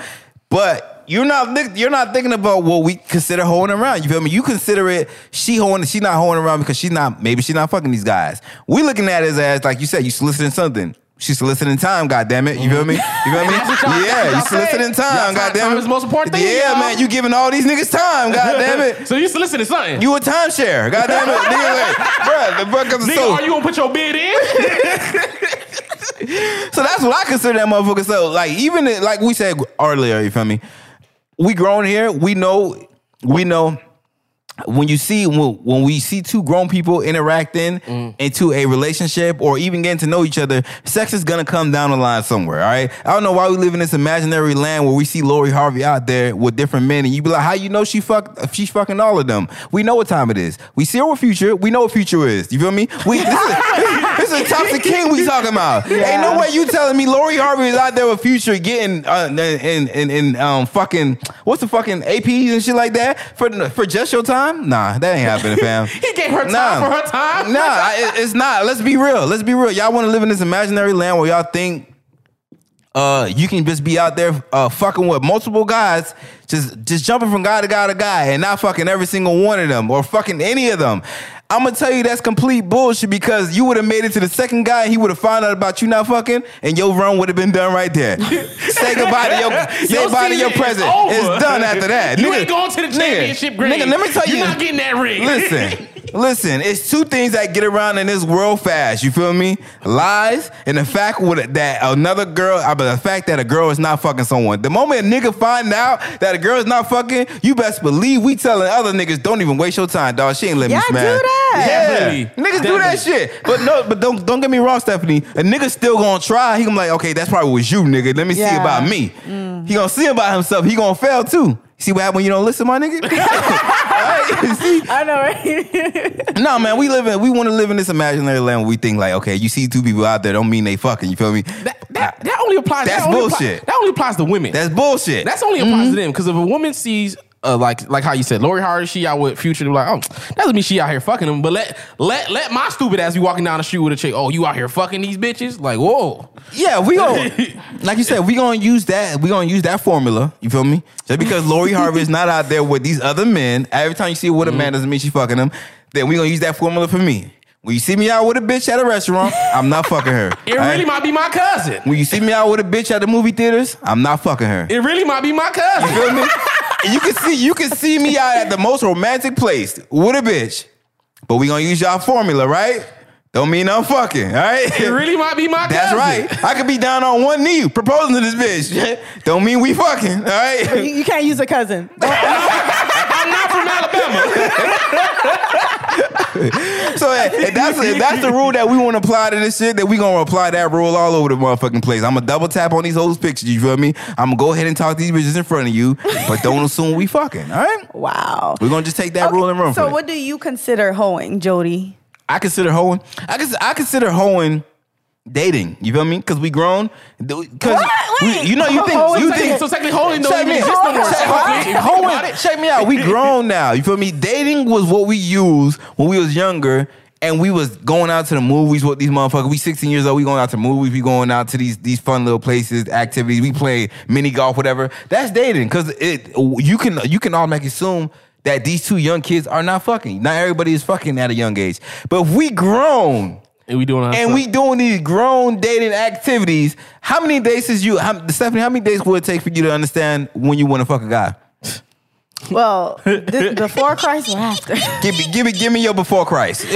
A: But you're not thi- you're not thinking about what we consider holding around. You feel me? You consider it she holding she not holding around because she's not maybe she's not fucking these guys. We looking at his ass like you said, you soliciting something. She's soliciting time, goddamn it. You feel me? You feel me?
C: y'all- Mm-hmm. that's what
A: yeah, you
C: y'all said.
A: soliciting
C: Y'all
A: time,
C: time-
A: goddamn
C: time
A: it.
C: is the most important thing,
A: Yeah,
C: y'all.
A: man, you giving all these niggas time, goddamn it.
C: So you soliciting something.
A: You a timeshare. God damn it. Nigga, like, bruh, the fuck up the
C: Nigga,
A: soul.
C: are you gonna put your bid in?
A: so that's what I consider that motherfucker. So, like, even it- like we said earlier, you feel me? We grown here. We know, we know. When you see when when we see two grown people interacting
C: Mm.
A: into a relationship or even getting to know each other, sex is gonna come down the line somewhere. All right, I don't know why we live in this imaginary land where we see Lori Harvey out there with different men, and you be like, "How you know she fuck? She's fucking all of them." We know what time it is. We see her with Future. We know what Future is. You feel me? We this is, this is Thompson King we talking about. Ain't no way you telling me Lori Harvey is out there with Future getting uh, and and and um fucking what's the fucking APs and shit like that for for just your time? Nah, that ain't happening, fam.
C: He gave her time for her time.
A: Nah, I- it- it's not. Let's be real. Let's be real. Y'all want to live in this imaginary land where y'all think Uh, you can just be out there uh, fucking with multiple guys, just just jumping from guy to guy to guy, and not fucking every single one of them or fucking any of them. I'm gonna tell you that's complete bullshit because you would have made it to the second guy, and he would have found out about you not fucking, and your run would have been done right there. say goodbye to your say
C: Your
A: goodbye to
C: season
A: your
C: is
A: present.
C: over.
A: It's done after that.
C: You
A: Nigga,
C: ain't going to the
A: nigga,
C: championship
A: nigga,
C: grade.
A: let me tell you,
C: You're not getting that ring.
A: Listen, listen. It's two things that get around in this world fast. You feel me? Lies and the fact with that another girl, uh, but the fact that a girl is not fucking someone. The moment a nigga find out that a girl is not fucking, you best believe we telling other niggas, don't even waste your time, dog. She ain't letting me
D: Y'all
A: smash.
D: do that.
A: Yeah,
C: Definitely.
A: niggas do that
C: Definitely.
A: shit. But no, but don't don't get me wrong, Stephanie. A nigga still gonna try. He gonna be like, okay, that's probably was you, nigga. Let me see
D: Yeah.
A: about me. He gonna see about himself. He gonna fail too. See what happen when you don't listen, my nigga. Right? See?
D: I know, right?
A: No man, we live in we want to live in this imaginary land where we think like, okay, you see two people out there, don't mean they fucking. You feel me?
C: That, that, that only applies.
A: That's
C: that only appli-
A: bullshit. Mm-hmm.
C: that only applies to women.
A: That's bullshit.
C: That's only applies to them because if a woman sees. Uh, like like how you said, Lori Harvey, she out with Future. They're like, oh, that doesn't mean she out here fucking them. But let let let my stupid ass be walking down the street with a chick. Oh, you out here fucking these bitches? Like, whoa,
A: Yeah, we going like you said, we gonna use that. We gonna use that formula. You feel me? Just because Lori Harvey is not out there with these other men, every time you see her with a
C: Mm-hmm.
A: man doesn't mean she fucking him. Then we gonna use that formula for me. When you see me out with a bitch at a restaurant, I'm not fucking her.
C: it really might be my cousin.
A: when you see me out with a bitch at the movie theaters, I'm not fucking her.
C: It really might be my cousin.
A: You feel me? And you can see you can see me out at the most romantic place with a bitch. But we gonna use y'all formula, right? Don't mean I'm fucking, all right?
C: It really might be my
A: That's
C: cousin.
A: right. I could be down on one knee proposing to this bitch. Don't mean we fucking, all
D: you,
A: right?
D: you can't use a cousin.
C: I'm not from Alabama.
A: So if that's if that's the rule that we want to apply to this shit, then we gonna apply that rule all over the motherfucking place. I'm gonna double tap on these hoes' pictures. You feel me? I'm gonna go ahead and talk to these bitches in front of you, but don't assume we fucking. All right?
D: Wow.
A: We're gonna just take that rule and run.
D: so
A: with it.
D: what do you consider hoeing, Jody?
A: I consider hoeing. I cons- I consider hoeing dating. You feel me? Because we grown. Because
D: What? Wait.
A: you know you think
D: Hoeing
A: you
D: is
A: think.
D: like-
C: so technically, holding don't
A: Check
C: even
A: me.
C: exist no more.
D: Check-
C: Technically, if you think about
A: Hoeing.
C: it.
A: Check me out. We grown now. You feel me? Dating was what we used when we was younger. And we was going out to the movies with these motherfuckers. We 16 years old. We going out to movies. We going out to these these fun little places, activities. We play mini golf, whatever. That's dating, cause it you can you can automatically assume that these two young kids are not fucking. Not everybody is fucking at a young age. But if we grown,
C: And we doing our
A: and
C: stuff.
A: we doing these grown dating activities. How many days is you, how, Stephanie? How many days would it take for you to understand when you want to fuck a guy?
D: Well, th- before Christ or after?
A: Give me, give me, give me your before Christ.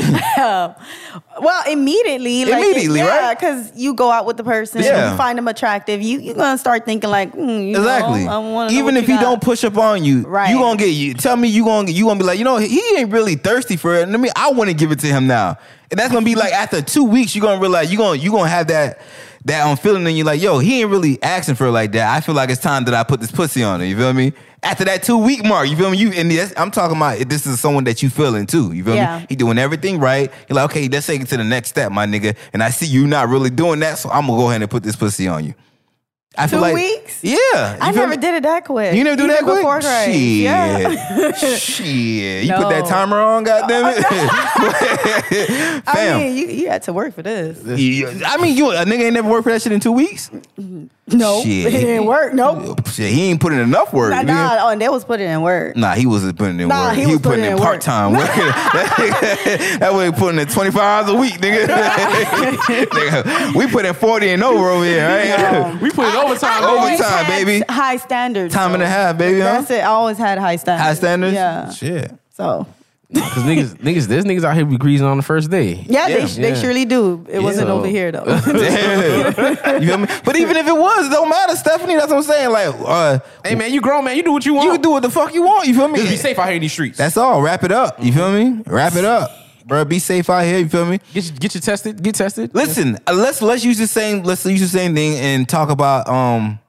D: Well, immediately. Like,
A: Immediately, right?
D: Because you go out with the person,
A: Yeah.
D: you find them attractive. You you're gonna start thinking like, mm, you know,
A: exactly.
D: I wanna know
A: Even
D: what
A: if he
D: got.
A: don't push up on you,
D: Right.
A: you gonna get you. Tell me you gonna you gonna be like, you know, he ain't really thirsty for it. I mean, I want to give it to him now, and that's gonna be like after two weeks, you are gonna realize you gonna you gonna have that. That um, feeling and you're like, yo, he ain't really asking for it like that. I feel like it's time that I put this pussy on her. You feel me? After that two week mark, you feel me? You and that's, I'm talking about this is someone that you feeling too. You feel
D: Yeah.
A: me? He doing everything right. You're like, okay, let's take it to the next step, my nigga. And I see you not really doing that, so I'm gonna go ahead and put this pussy on you. I
D: Two weeks?
A: Yeah, you
D: I
A: feel
D: never
A: me?
D: did it that quick.
A: You never do
D: Even
A: that quick?
D: Before Christ.
A: Shit.
D: Yeah.
A: Shit. You put
D: No.
A: that timer on, goddamn it.
D: I
A: Fam.
D: mean, you, you had to work for this.
A: You- I mean, you a nigga ain't never worked for that shit in two weeks?
D: No,
A: Shit.
D: it didn't work. Nope.
A: Shit, he ain't putting enough work.
D: Nah,
A: nigga.
D: nah, oh, and they was putting in work.
A: Nah, he wasn't putting in
D: Nah,
A: work.
D: he
A: was
D: was putting
A: putting
D: in
A: in
D: work.
A: part time work. that that way he putting in 25 hours a week, nigga. Nigga, we put in 40 and over over here, right?
C: we put it overtime.
D: I always
A: Overtime,
D: had
A: baby.
D: High standards.
A: Time and a
D: though.
A: half, baby, huh?
D: That's it. I always had high standards.
A: High standards?
D: Yeah.
A: Shit.
D: So
C: Because niggas, niggas, there's niggas out here be greasing on the first day.
D: yeah,
A: Yeah.
D: they sh they
C: Yeah.
D: surely do. It wasn't
C: So-
D: over here though.
A: Damn. you feel me? But even if it was, it don't matter, Stephanie. That's what I'm saying. Like, uh,
C: Hey man, you grown man, you do what you want.
A: you can do what the fuck you want. You feel me?
C: Just be safe out here in these streets.
A: That's all. Wrap it up. You feel me? Wrap it up, bro. Be safe out here. You feel me?
C: get you, get you tested. Get tested.
A: Listen, uh, let's let's use the same let's use the same thing and talk about um,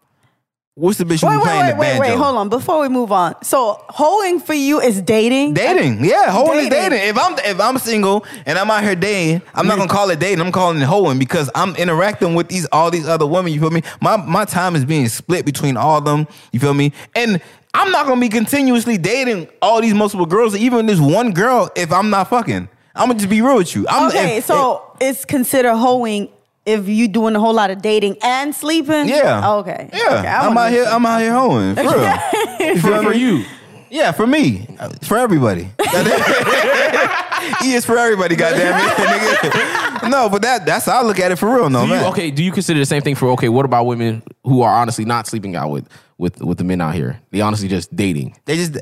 A: what's the bitch you
D: Wait,
A: be
D: wait,
A: playing
D: wait,
A: the
D: wait,
A: banjo?
D: wait. Hold on. Before we move on, so hoeing for you is dating.
A: Dating, yeah, hoeing
D: Dating.
A: is dating. If I'm if I'm single and I'm out here dating, I'm not gonna call it dating. I'm calling it hoeing because I'm interacting with these all these other women. You feel me? My my time is being split between all of them. You feel me? And I'm not gonna be continuously dating all these multiple girls, even this one girl. If I'm not fucking, I'm gonna just be real with you. I'm,
D: Okay,
A: if-
D: so it's considered hoeing if you doing a whole lot of dating and sleeping.
A: Yeah.
D: Oh, Okay.
A: Yeah.
D: Okay, I
A: I'm
D: wanna-
A: out here. I'm out here hoeing for real. You feel
C: for
A: me?
C: you.
A: Yeah, for me, for everybody. e is for everybody. Goddamn it, nigga. No, but that that's how I look at it for real. No
C: Do you,
A: man.
C: okay, do you consider the same thing for okay? What about women who are honestly not sleeping out with with with the men out here? They honestly just dating.
A: They just.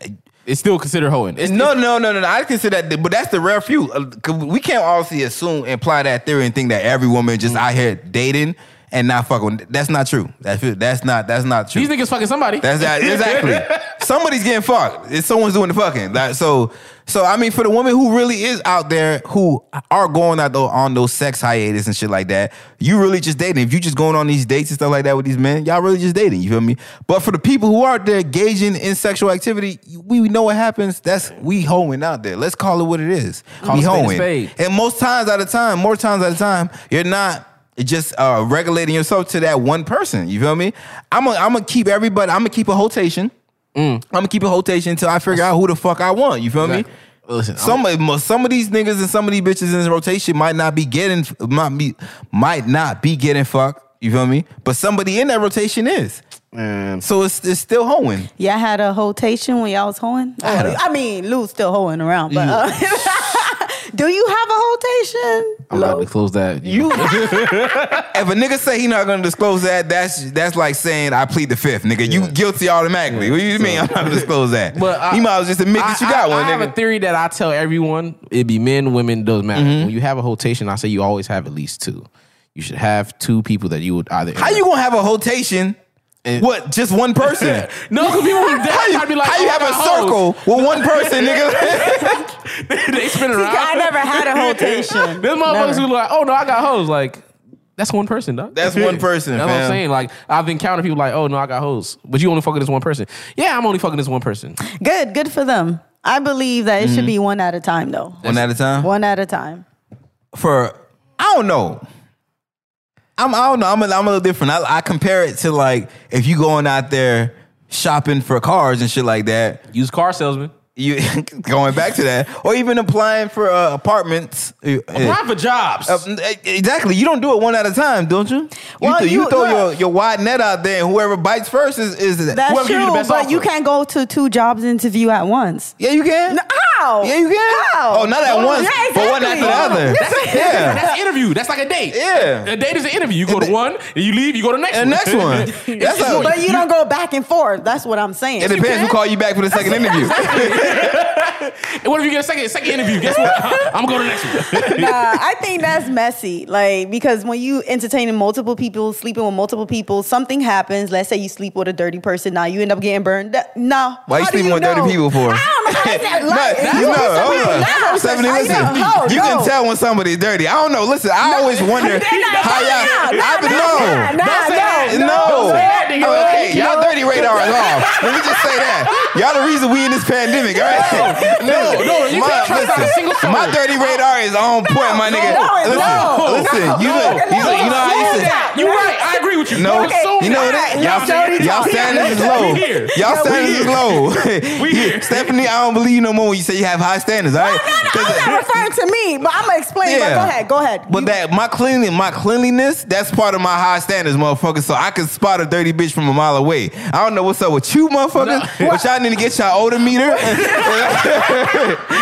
C: It's still considered hoeing. It's,
A: No, no, no, no, no. I consider that, but that's the rare few. Uh, 'cause We can't obviously assume, imply that theory and think that every woman
C: Mm.
A: just out here dating and not fucking. That's not true. That's that's not that's not true.
C: these niggas fucking somebody.
A: That's that exactly. Somebody's getting fucked. It's someone's doing the fucking. Like, so so I mean for the woman who really is out there who are going out though on those sex hiatus and shit like that, you really just dating. If you just going on these dates and stuff like that with these men, y'all really just dating. You feel me? But for the people who are out there engaging in sexual activity, we know what happens. That's we hoeing out there. Let's call it what it is.
C: Call
A: we
C: a spade a
A: hoeing.
C: spade.
A: And most times out of time, more times out of time, you're not just uh, regulating yourself to that one person. You feel me? I'm gonna I'm gonna keep everybody. I'm gonna keep a rotation. I'm gonna keep a rotation until I figure out who the fuck I want. You feel
C: Mm. Exactly.
A: me?
C: Listen, I'm-
A: some of- mo- some of these niggas and some of these bitches in this rotation might not be getting might be might not be getting fucked. You feel me? But somebody in that rotation is. So it's it's still hoeing.
D: Y'all had a hotation when y'all was hoeing? I,
A: had a-
D: mean, Lou's still hoeing around, but uh, do you have a hotation?
C: I'm about to close that.
A: You, if a nigga say he not gonna disclose that, that's that's like saying I plead the fifth, nigga. You guilty automatically. What do you mean I'm not gonna disclose that?
C: But I-
A: you might as well just admit that you got
C: I,
A: one,
C: I have a
A: nigga.
C: theory that I tell everyone: it be men, women, doesn't matter.
A: Mm-hmm.
C: When you have a rotation, I say you always have at least two. You should have two people that you would either.
A: How you gonna have a rotation?
C: And-
A: What? Just one person?
C: No, because people would
A: How you,
C: I'd be like,
A: how you
C: oh,
A: have
C: I
A: a
C: got
A: circle with one person, nigga?
C: hoes. they spin around.
D: I never had a hotation.
C: There's motherfuckers who like, oh no, I got hoes. Like, that's one person, dog.
A: That's one person,
C: That's what I'm
A: fam.
C: saying. Like, I've encountered people like, oh no, I got hoes, but you only fucking this one person. Yeah, I'm only fucking this one person.
D: Good, good for them. I believe that it
A: Mm-hmm.
D: should be one at a time, though.
A: one at a time.
D: One at a time.
A: for I don't know. I'm I don't know. I'm a, I'm a little different. I, I compare it to like if you going out there shopping for cars and shit like that.
C: Use car salesman.
A: You going back to that, or even applying for uh, apartments.
C: Apply for jobs.
A: Uh, exactly. You don't do it one at a time, don't you? You,
D: Well,
A: th- you
D: you-
A: throw your,
D: look.
A: your wide net out there, and whoever bites first is is
D: That's
A: whoever
D: true,
A: gives you the
D: but
A: best offer.
D: you can't go to two jobs interview at once.
A: Yeah, you can.
D: How?
A: Yeah, you can.
D: How?
A: Oh, not at
D: Yeah,
A: once, but one after
D: exactly.
A: the other. yeah.
C: That's an interview. That's like a date.
A: Yeah.
C: A date is an interview. You go to one, and you leave, you go to the next
A: And
C: one.
A: next one. That's
C: It's
A: how-
C: just-
D: But you don't go back and forth. That's what I'm saying.
A: It depends who call you back for the second interview.
C: And what if you get a second second interview? Guess what? I'm going to the next one.
D: Nah, Uh, I think that's messy. Like because when you entertaining multiple people, sleeping with multiple people, something happens. Let's say you sleep with a dirty person. Now you end up getting burned. That- No.
A: Why you
D: How do
A: sleeping with dirty
D: know?
A: people for?
D: I don't know. How is that?
A: No,
D: Like,
A: that's
D: you
A: no,
D: with
A: hold
D: somebody
A: on.
D: now,
A: Stephanie,
D: how you
A: listen,
D: know? Ho,
A: you
D: no.
A: can tell when somebody's dirty. I don't know. Listen, I always wonder
D: nah,
A: how
D: nah,
A: y'all.
D: nah,
A: I've been
D: nah,
A: known.
D: nah, Don't say nah, that.
A: no, Oh,
D: Don't say that,
C: nigga.
A: okay,
C: No.
A: y'all dirty radar is off. Let me just say that. Y'all the reason we in this pandemic, all right?
C: No, no, you can't trust not a single soul.
A: My dirty radar is on point, my nigga.
D: no, it's
A: listen, listen.
D: not.
A: you look, you look. You know how you
D: Slow
A: said.
D: down.
C: You right. I agree with you.
A: No,
C: Fucking sold
A: you know
C: out.
A: that
C: Y'all
A: y'all,
C: dirty
A: y'all
C: talk.
A: standards is
C: Yeah,
A: low.
C: we here.
A: Y'all
C: Yeah, we
A: standards is
C: here.
A: low.
C: We here.
A: Stephanie, I don't believe you no more when you say you have high standards. All right,
D: I'm
A: 'Cause-
D: not referring to me, but I'm gonna explain.
A: Yeah.
D: But go ahead, go ahead.
A: But
D: You-
A: that my cleanliness, my cleanliness, that's part of my high standards, motherfucker. So I can spot a dirty bitch from a mile away. I don't know what's up with you, motherfuckers. But y'all need to get y'all odor meter. y'all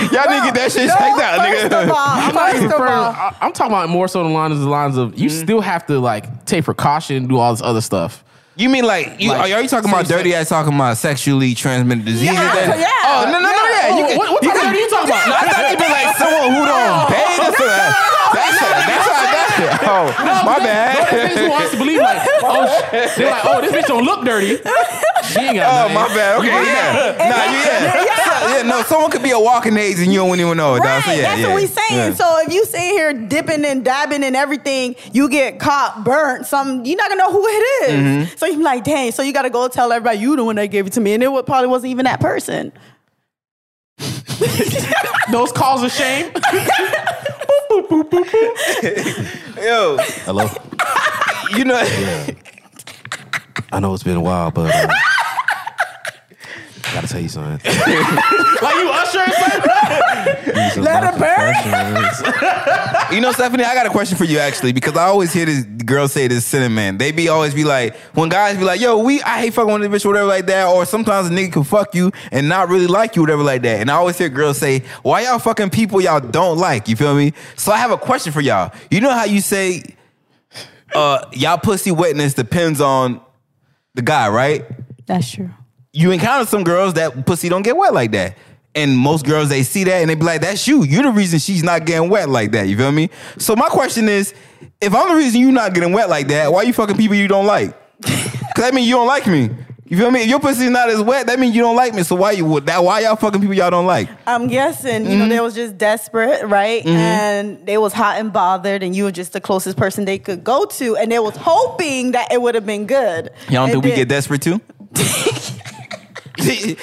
A: need to get that shit
D: no,
A: checked out,
D: first of
A: nigga.
D: all,
C: I'm not even
D: first of
C: referring- I-
D: all,
C: I'm talking about more so the lines the lines of you
A: Mm-hmm.
C: still have to like take precaution, do all this other stuff.
A: You mean like you?
C: Like,
A: are you talking about
C: same
A: dirty ass? Talking about sexually transmitted diseases?
D: Yeah,
A: and-
D: yeah.
A: Oh no no no yeah. You
C: Oh,
A: can-
C: what what
A: you
C: type of
A: can-
C: dirty you talking about?
A: No, I thought you meant like someone who don't pay. That's what. That's what. That's what. That's what. Oh, my
C: That's
A: bad.
C: the things who wants to believe like, oh, sh- they're like, oh, this bitch don't look dirty. She ain't got
A: Oh my
C: nothing.
A: bad. Okay, yeah. Nah, you yeah. So- yeah, no, someone could be a walking AIDS and you don't even know it. dawg.
D: Right,
A: So, yeah,
D: that's
A: yeah,
D: what we saying.
A: yeah.
D: So if you sit here dipping and dabbing and everything, you get caught, burnt, some you're not gonna know who it is.
A: Mm-hmm.
D: So you're like, dang, so you gotta go tell everybody you the one that gave it to me. And it wa- probably wasn't even that person.
C: Those calls of shame.
A: Yo,
C: Hello.
A: you know,
C: I know it's been a while, but uh, gotta tell you something. like you usher or something?
D: Let her burn.
A: You know, Stephanie, I got a question for you actually because I always hear this girls say this cinnamon. They be always be like, when guys be like, "Yo, we I hate fucking with this bitch, whatever like that," or sometimes a nigga can fuck you and not really like you, whatever like that. And I always hear girls say, "Why y'all fucking people y'all don't like?" You feel me? So I have a question for y'all. You know how you say, uh, "Y'all pussy wetness depends on the guy," right?
D: That's true.
A: you encounter some girls that pussy don't get wet like that. And most girls they see that and they be like, that's you. You're the reason she's not getting wet like that. You feel me? So my question is, if I'm the reason you not getting wet like that, why you fucking people you don't like? Cause that mean you don't like me. You feel me? If your pussy's not as wet, that means you don't like me. So why you that why y'all fucking people y'all don't like?
D: I'm guessing, you know, they was just desperate, right? And they was hot and bothered, and you were just the closest person they could go to, and they was hoping that it would have been good.
A: Y'all don't
D: It
A: think we get
D: didn't.
A: desperate too?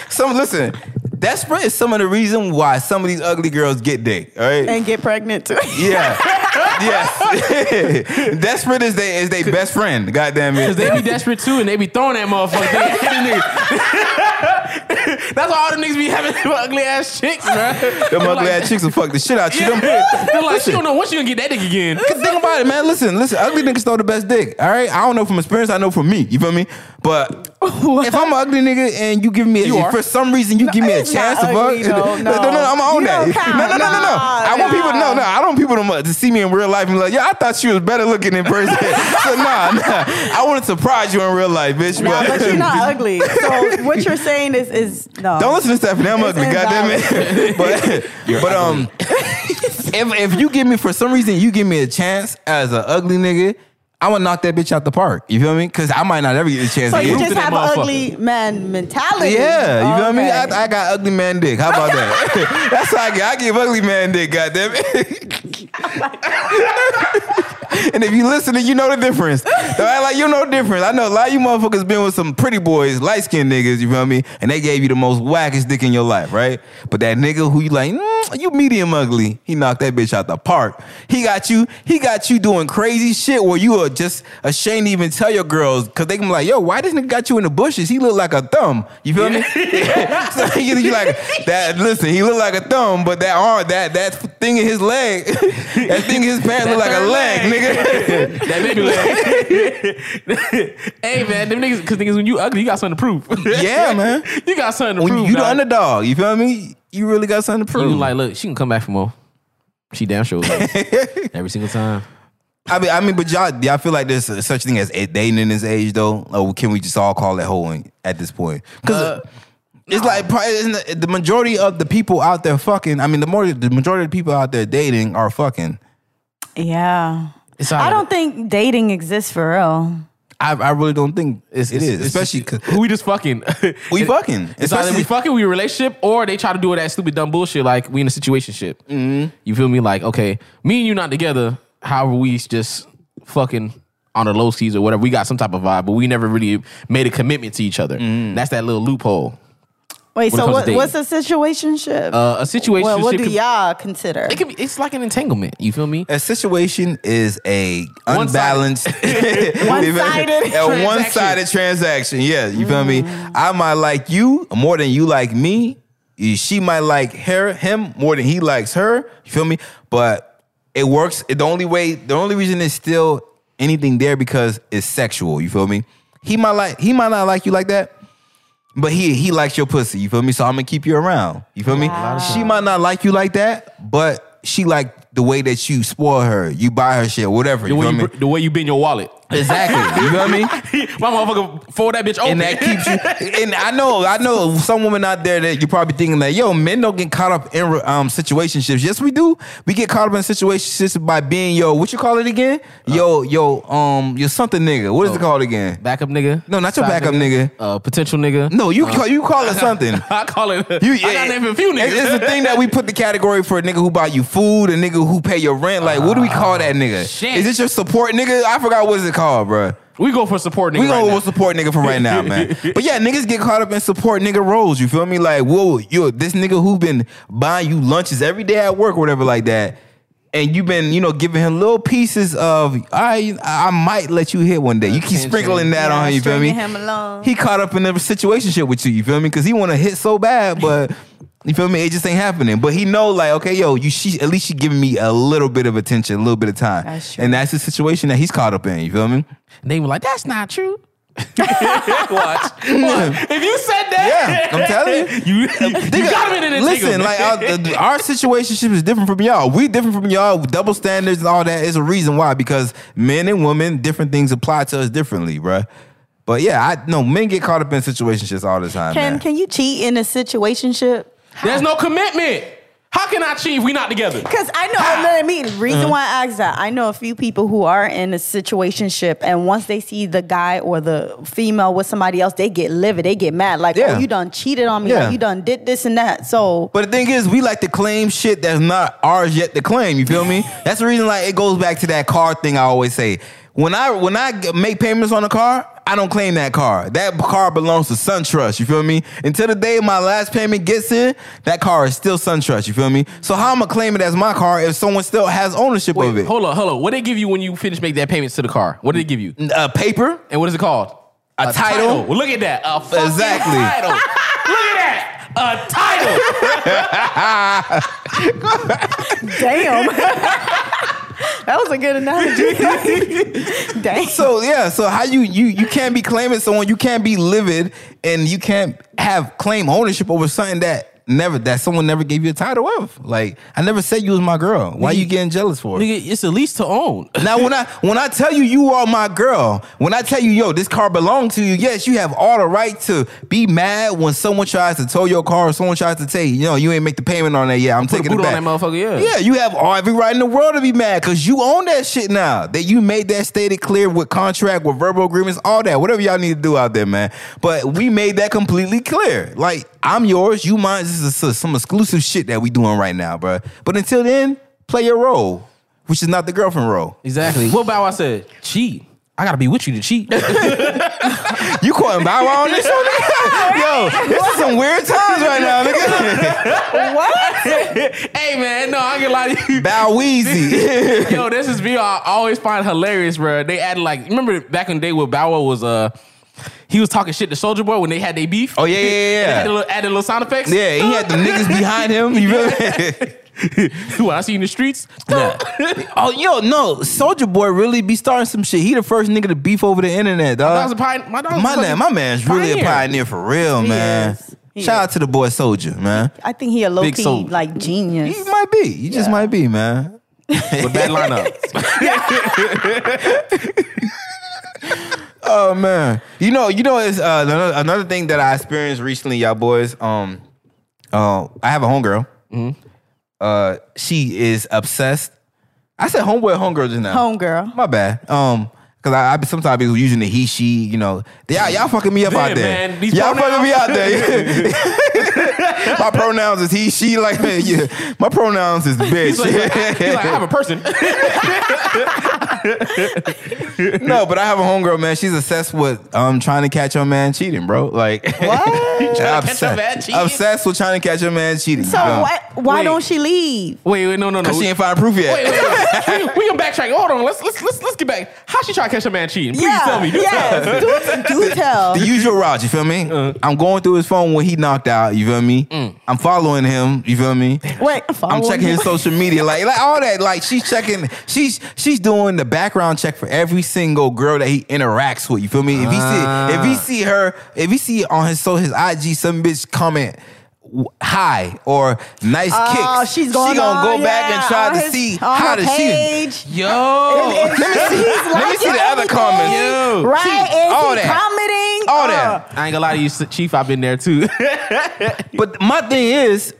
A: some listen, desperate is some of the reason why some of these ugly girls get dick. All right.
D: and get pregnant too.
A: Yeah. yes. Desperate is they is they best friend. Goddamn it.
C: Cause they be desperate too, and they be throwing that motherfucker. They hit the nigga. That's why all the niggas be having them ugly ass chicks, man.
A: them ugly ass chicks will fuck the shit out you. Them,
C: They're like, she don't know when she gonna get that dick again.
A: Cause think about it, man. Listen, listen. Ugly niggas throw the best dick. All right. I don't know from experience. I know from me. You feel me? But if I'm an ugly nigga and you give me a,
C: You are.
A: for some reason you give me a
D: it's not
A: chance to fuck,
D: ugly, though.
A: no, no, I'm on
D: You
A: that.
D: don't count.
A: No, no, no, no, no.
D: Nah,
A: I want people. No,
D: nah.
A: no. I don't people to, to see me in real life and be like, yeah, I thought she was better looking in person. so nah, nah. I want to surprise you in real life, bitch.
D: Nah, but you're not ugly. So what you're saying is is no.
A: Don't listen to Stephanie. I'm
D: It's
A: ugly. Goddamn it. but but um, if if you give me for some reason you give me a chance as an ugly nigga, I'm gonna knock that bitch out the park. You feel me? Because I might not ever get a chance.
D: So you
A: again.
D: just
C: that
D: have an
C: motherfucker.
D: ugly man mentality.
A: yeah, you feel me?
D: Okay.
A: I, I got ugly man dick. How about that? That's how I get. I give ugly man dick. Goddamn it. and if you listening, you know the difference. Don't act like you know the difference. I know a lot of you motherfuckers been with some pretty boys, light skinned niggas. You feel me? And they gave you the most wackest dick in your life, right? But that nigga who you like, mm, you medium ugly. He knocked that bitch out the park. He got you. He got you doing crazy shit where you are just ashamed to even tell your girls because they can be like, yo, why this nigga got you in the bushes? He look like a thumb. You feel me? so you, you like that. Listen, he look like a thumb, but that arm, that that thing in his leg, that thing in his pants look like a
C: third
A: leg, nigga.
C: That baby leg. hey man, them niggas, cause niggas, when you ugly, you got something to prove.
A: Yeah, man.
C: you got something to
A: when
C: prove.
A: you the
C: dog.
A: underdog, you feel me? You really got something to
C: You
A: prove.
C: like, look, she can come back for more. She damn sure will. every single time.
A: I mean, I mean, but y'all, y'all feel like there's such thing as a- dating in this age, though, or can we just all call it hoeing at this point? Because
C: Uh,
A: it's like probably isn't it- the majority of the people out there fucking. I mean, the more the majority of the people out there dating are fucking.
D: Yeah.
C: It's all
D: I
C: right.
D: don't think dating exists for real.
A: I, I really don't think
C: It's,
A: it
C: it's-
A: is,
C: it's-
A: especially 'cause
C: who we just fucking.
A: we fucking.
C: It's either
A: Especially-
C: we fucking, we relationship, or they try to do all that stupid dumb bullshit like we in a situation ship.
A: Mm-hmm.
C: You feel me? Like, okay, me and you not together. However, we just fucking on the low seas or whatever. We got some type of vibe, but we never really made a commitment to each other.
A: Mm.
C: That's that little loophole. When it
D: Wait, so
C: comes to
D: what,
C: dating.
D: what's a situationship?
C: Uh, a situation.
D: well, what
C: ship
D: do
C: could-
D: y'all consider?
C: It could be, it's like an entanglement. You feel me?
A: A situation is a
C: One-sided.
A: unbalanced,
D: One-sided
A: a one-sided transaction. Yeah, you feel me? I might like you more than you like me. She might like her him more than he likes her. You feel me? But it works. The only way, the only reason it's still anything there because it's sexual. You feel me? He might like he might not like you like that. But he he likes your pussy, you feel me? So I'm gonna keep you around. You feel me? She might not like you like that, but she like the way that you spoil her, you buy her shit, whatever.
C: The
A: You
C: way
A: feel
C: you,
A: me?
C: br- the way you bend your wallet.
A: Exactly. You feel me?
C: My motherfucker fold that bitch open.
A: And that keeps you. And I know, I know some women out there that you're probably thinking that, yo, men don't get caught up in um, situationships. Yes, we do. We get caught up in situationships by being yo, what you call it again? Yo, yo, um, yo, something nigga. What is it called again?
C: backup nigga.
A: No, not your
C: Side
A: backup nigga.
C: Uh, potential nigga.
A: No, you call you call it something.
C: I call it.
A: You,
C: I got name for a few
A: It's-
C: niggas.
A: It's the thing that we put the category for a nigga who buy you food, a nigga who pay your rent. Like, what do we call that nigga?
C: shit.
A: Is it your support nigga? I forgot what is it called, bruh.
C: We go for support nigga.
A: We
C: right
A: gonna
C: now.
A: support nigga for right now, man. but yeah, niggas get caught up in support nigga roles. You feel me? Like, whoa, yo, this nigga who been buying you lunches every day at work or whatever like that. and you've been, you know, giving him little pieces of, all right, I might let you hit one day. You keep
C: Attention.
A: sprinkling that
D: Yeah,
A: on him, you feel me?
D: stringing him along.
A: He caught up in a situation with you, you feel me? Because he want to hit so bad, but you feel me? It just ain't happening. But he know, like, okay, yo, you she at least she giving me a little bit of attention, a little bit of time,
D: That's true.
A: and that's the situation that he's caught up in. You feel me?
C: And they were like, "That's not true." Watch. If you said
A: Yeah,
C: that,
A: I'm telling you.
C: you, you,
A: Nigga,
C: got him in it.
A: Listen, like our, our situationship is different from y'all. We different from y'all. Double standards and all that is a reason why because men and women different things apply to us differently, bruh. But yeah, I no men get caught up in situationships all the time.
D: Can
A: man.
D: can you cheat in a situationship?
C: there's no commitment. How can I cheat if we not together?
D: Because I know, I mean, reason why I asked that, I know a few people who are in a situationship, and once they see the guy or the female with somebody else, they get livid, they get mad, like,
A: Yeah.
D: oh, you done cheated on me,
A: Yeah.
D: or you done did this and that. So,
A: But the thing is, we like to claim shit that's not ours yet to claim. You feel me? That's the reason. Like it goes back to that car thing. I always say when I when I g- make payments on a car, I don't claim that car. That car belongs to SunTrust. You feel me? Until the day my last payment gets in, that car is still SunTrust. You feel me? So how am I claim it as my car if someone still has ownership of it?
C: Wait, hold on, hold on. What did they give you when you finish make that payments to the car? What did they give you?
A: A paper,
C: And what is it called?
A: a, title.
C: Well, look at that. A fucking
A: Exactly.
C: title. look at that. A title.
D: damn. that was a good analogy. Dang.
A: So yeah, so how you you you can't be claiming someone, you can't be livid, and you can't have claim ownership over something that never that someone never gave you a title of. Like I never said you was my girl. Why you getting jealous for? it?
C: Nigga, it's a lease to own.
A: Now when I when I tell you you are my girl, when I tell you yo this car belongs to you, yes you have all the right to be mad when someone tries to tow your car or someone tries to say you know you ain't make the payment on that yet. I'm
C: Put a
A: taking it
C: boot
A: back.
C: on that motherfucker, yeah.
A: Yeah, you have all every right in the world to be mad because you own that shit now. That you made that stated clear with contract, with verbal agreements, all that. Whatever y'all need to do out there, man. But we made that completely clear. Like I'm yours, you mine. This is s- some exclusive shit that we doing right now, bruh. But until then, play your role, which is not the girlfriend role.
C: Exactly. What about I said cheat? I gotta be with you to cheat. That's
A: You calling Bow Wow on this show? nigga? Yo, this is some weird times right now, nigga.
C: hey man, no, I can lie to you.
A: Bow Weezy.
C: Yo, this is video I always find hilarious, bro. They added like, remember back in the day when Bow Wow was uh, he was talking shit to Soldier Boy when they had their beef.
A: Oh, yeah, yeah, yeah,
C: They
A: yeah.
C: had a little, added little sound effects.
A: yeah, he had the niggas behind him. You feel me?
C: when I see you in the streets,
A: Oh, yo, no, Soldier Boy really be starting some shit. He the first nigga to beef over the internet, dog.
C: I was a pioneer. My, dog was a
A: my, man,
C: fucking
A: my man's really a
C: pioneer.
A: pioneer for real,
D: He
A: man.
D: is. He
A: Shout out
D: is.
A: to the boy Soldier, man.
D: I think he a low
C: Big
D: key,
C: soul.
D: like, genius.
A: You might be. You just
D: Yeah.
A: might be, man.
C: with that lineup.
A: Oh man. You know, you know, it's uh, another, another thing that I experienced recently, y'all boys. Um, uh, I have a homegirl.
C: Mm-hmm.
A: Uh, she is obsessed. I said homeboy, homegirl just now.
D: Homegirl.
A: My bad. Um, cause I, I be- sometimes be using the he, she. You know, y'all, y'all fucking me up
C: Yeah,
A: out there.
C: man. These
A: y'all
C: pronouns.
A: fucking me out there. my pronouns is he, she. Like, man, yeah. My pronouns is bitch.
C: He's like, he's like, I have a person.
A: no, but I have a homegirl, man. She's obsessed with um trying to catch her man cheating, bro. Like,
D: What?
C: Trying to catch her man cheating?
A: obsessed with trying to catch her man cheating.
D: So,
A: bro.
D: what, why
C: Wait.
D: don't she leave?
C: wait, wait, no, no, no.
A: Cause she ain't find proof yet.
C: Wait, wait, wait. we, we can backtrack. Hold on. Let's let's let's let's get back. How she try to catch a man cheating? Please tell me. Do tell.
D: yes. Do, do tell.
A: The usual route, you feel me?
C: Uh.
A: I'm going through his phone when he knocked out, you feel me?
C: Mm.
A: I'm following him, you feel me?
D: Wait,
A: I'm
D: follow
A: checking
D: me.
A: his social media, like, like all that. Like she's checking, she's she's doing the background check for every single girl that he interacts with. You feel me? If he see if he see her, if he see on his so his IG some bitch comment w- hi or nice
D: Oh,
A: kicks,
D: she's going
A: she gonna
D: on,
A: go back
D: yeah,
A: and try
D: on
A: to
D: his-
A: see
D: on
A: how
D: her
A: does she.
D: page.
C: Yo.
A: Let me see. Let me see the other comments.
C: Yo.
D: Right? Is
A: all
D: he
A: that.
D: commenting?
A: All
D: Uh,
A: that.
C: I ain't gonna lie to you, Chief. I've been there too.
A: But my thing is,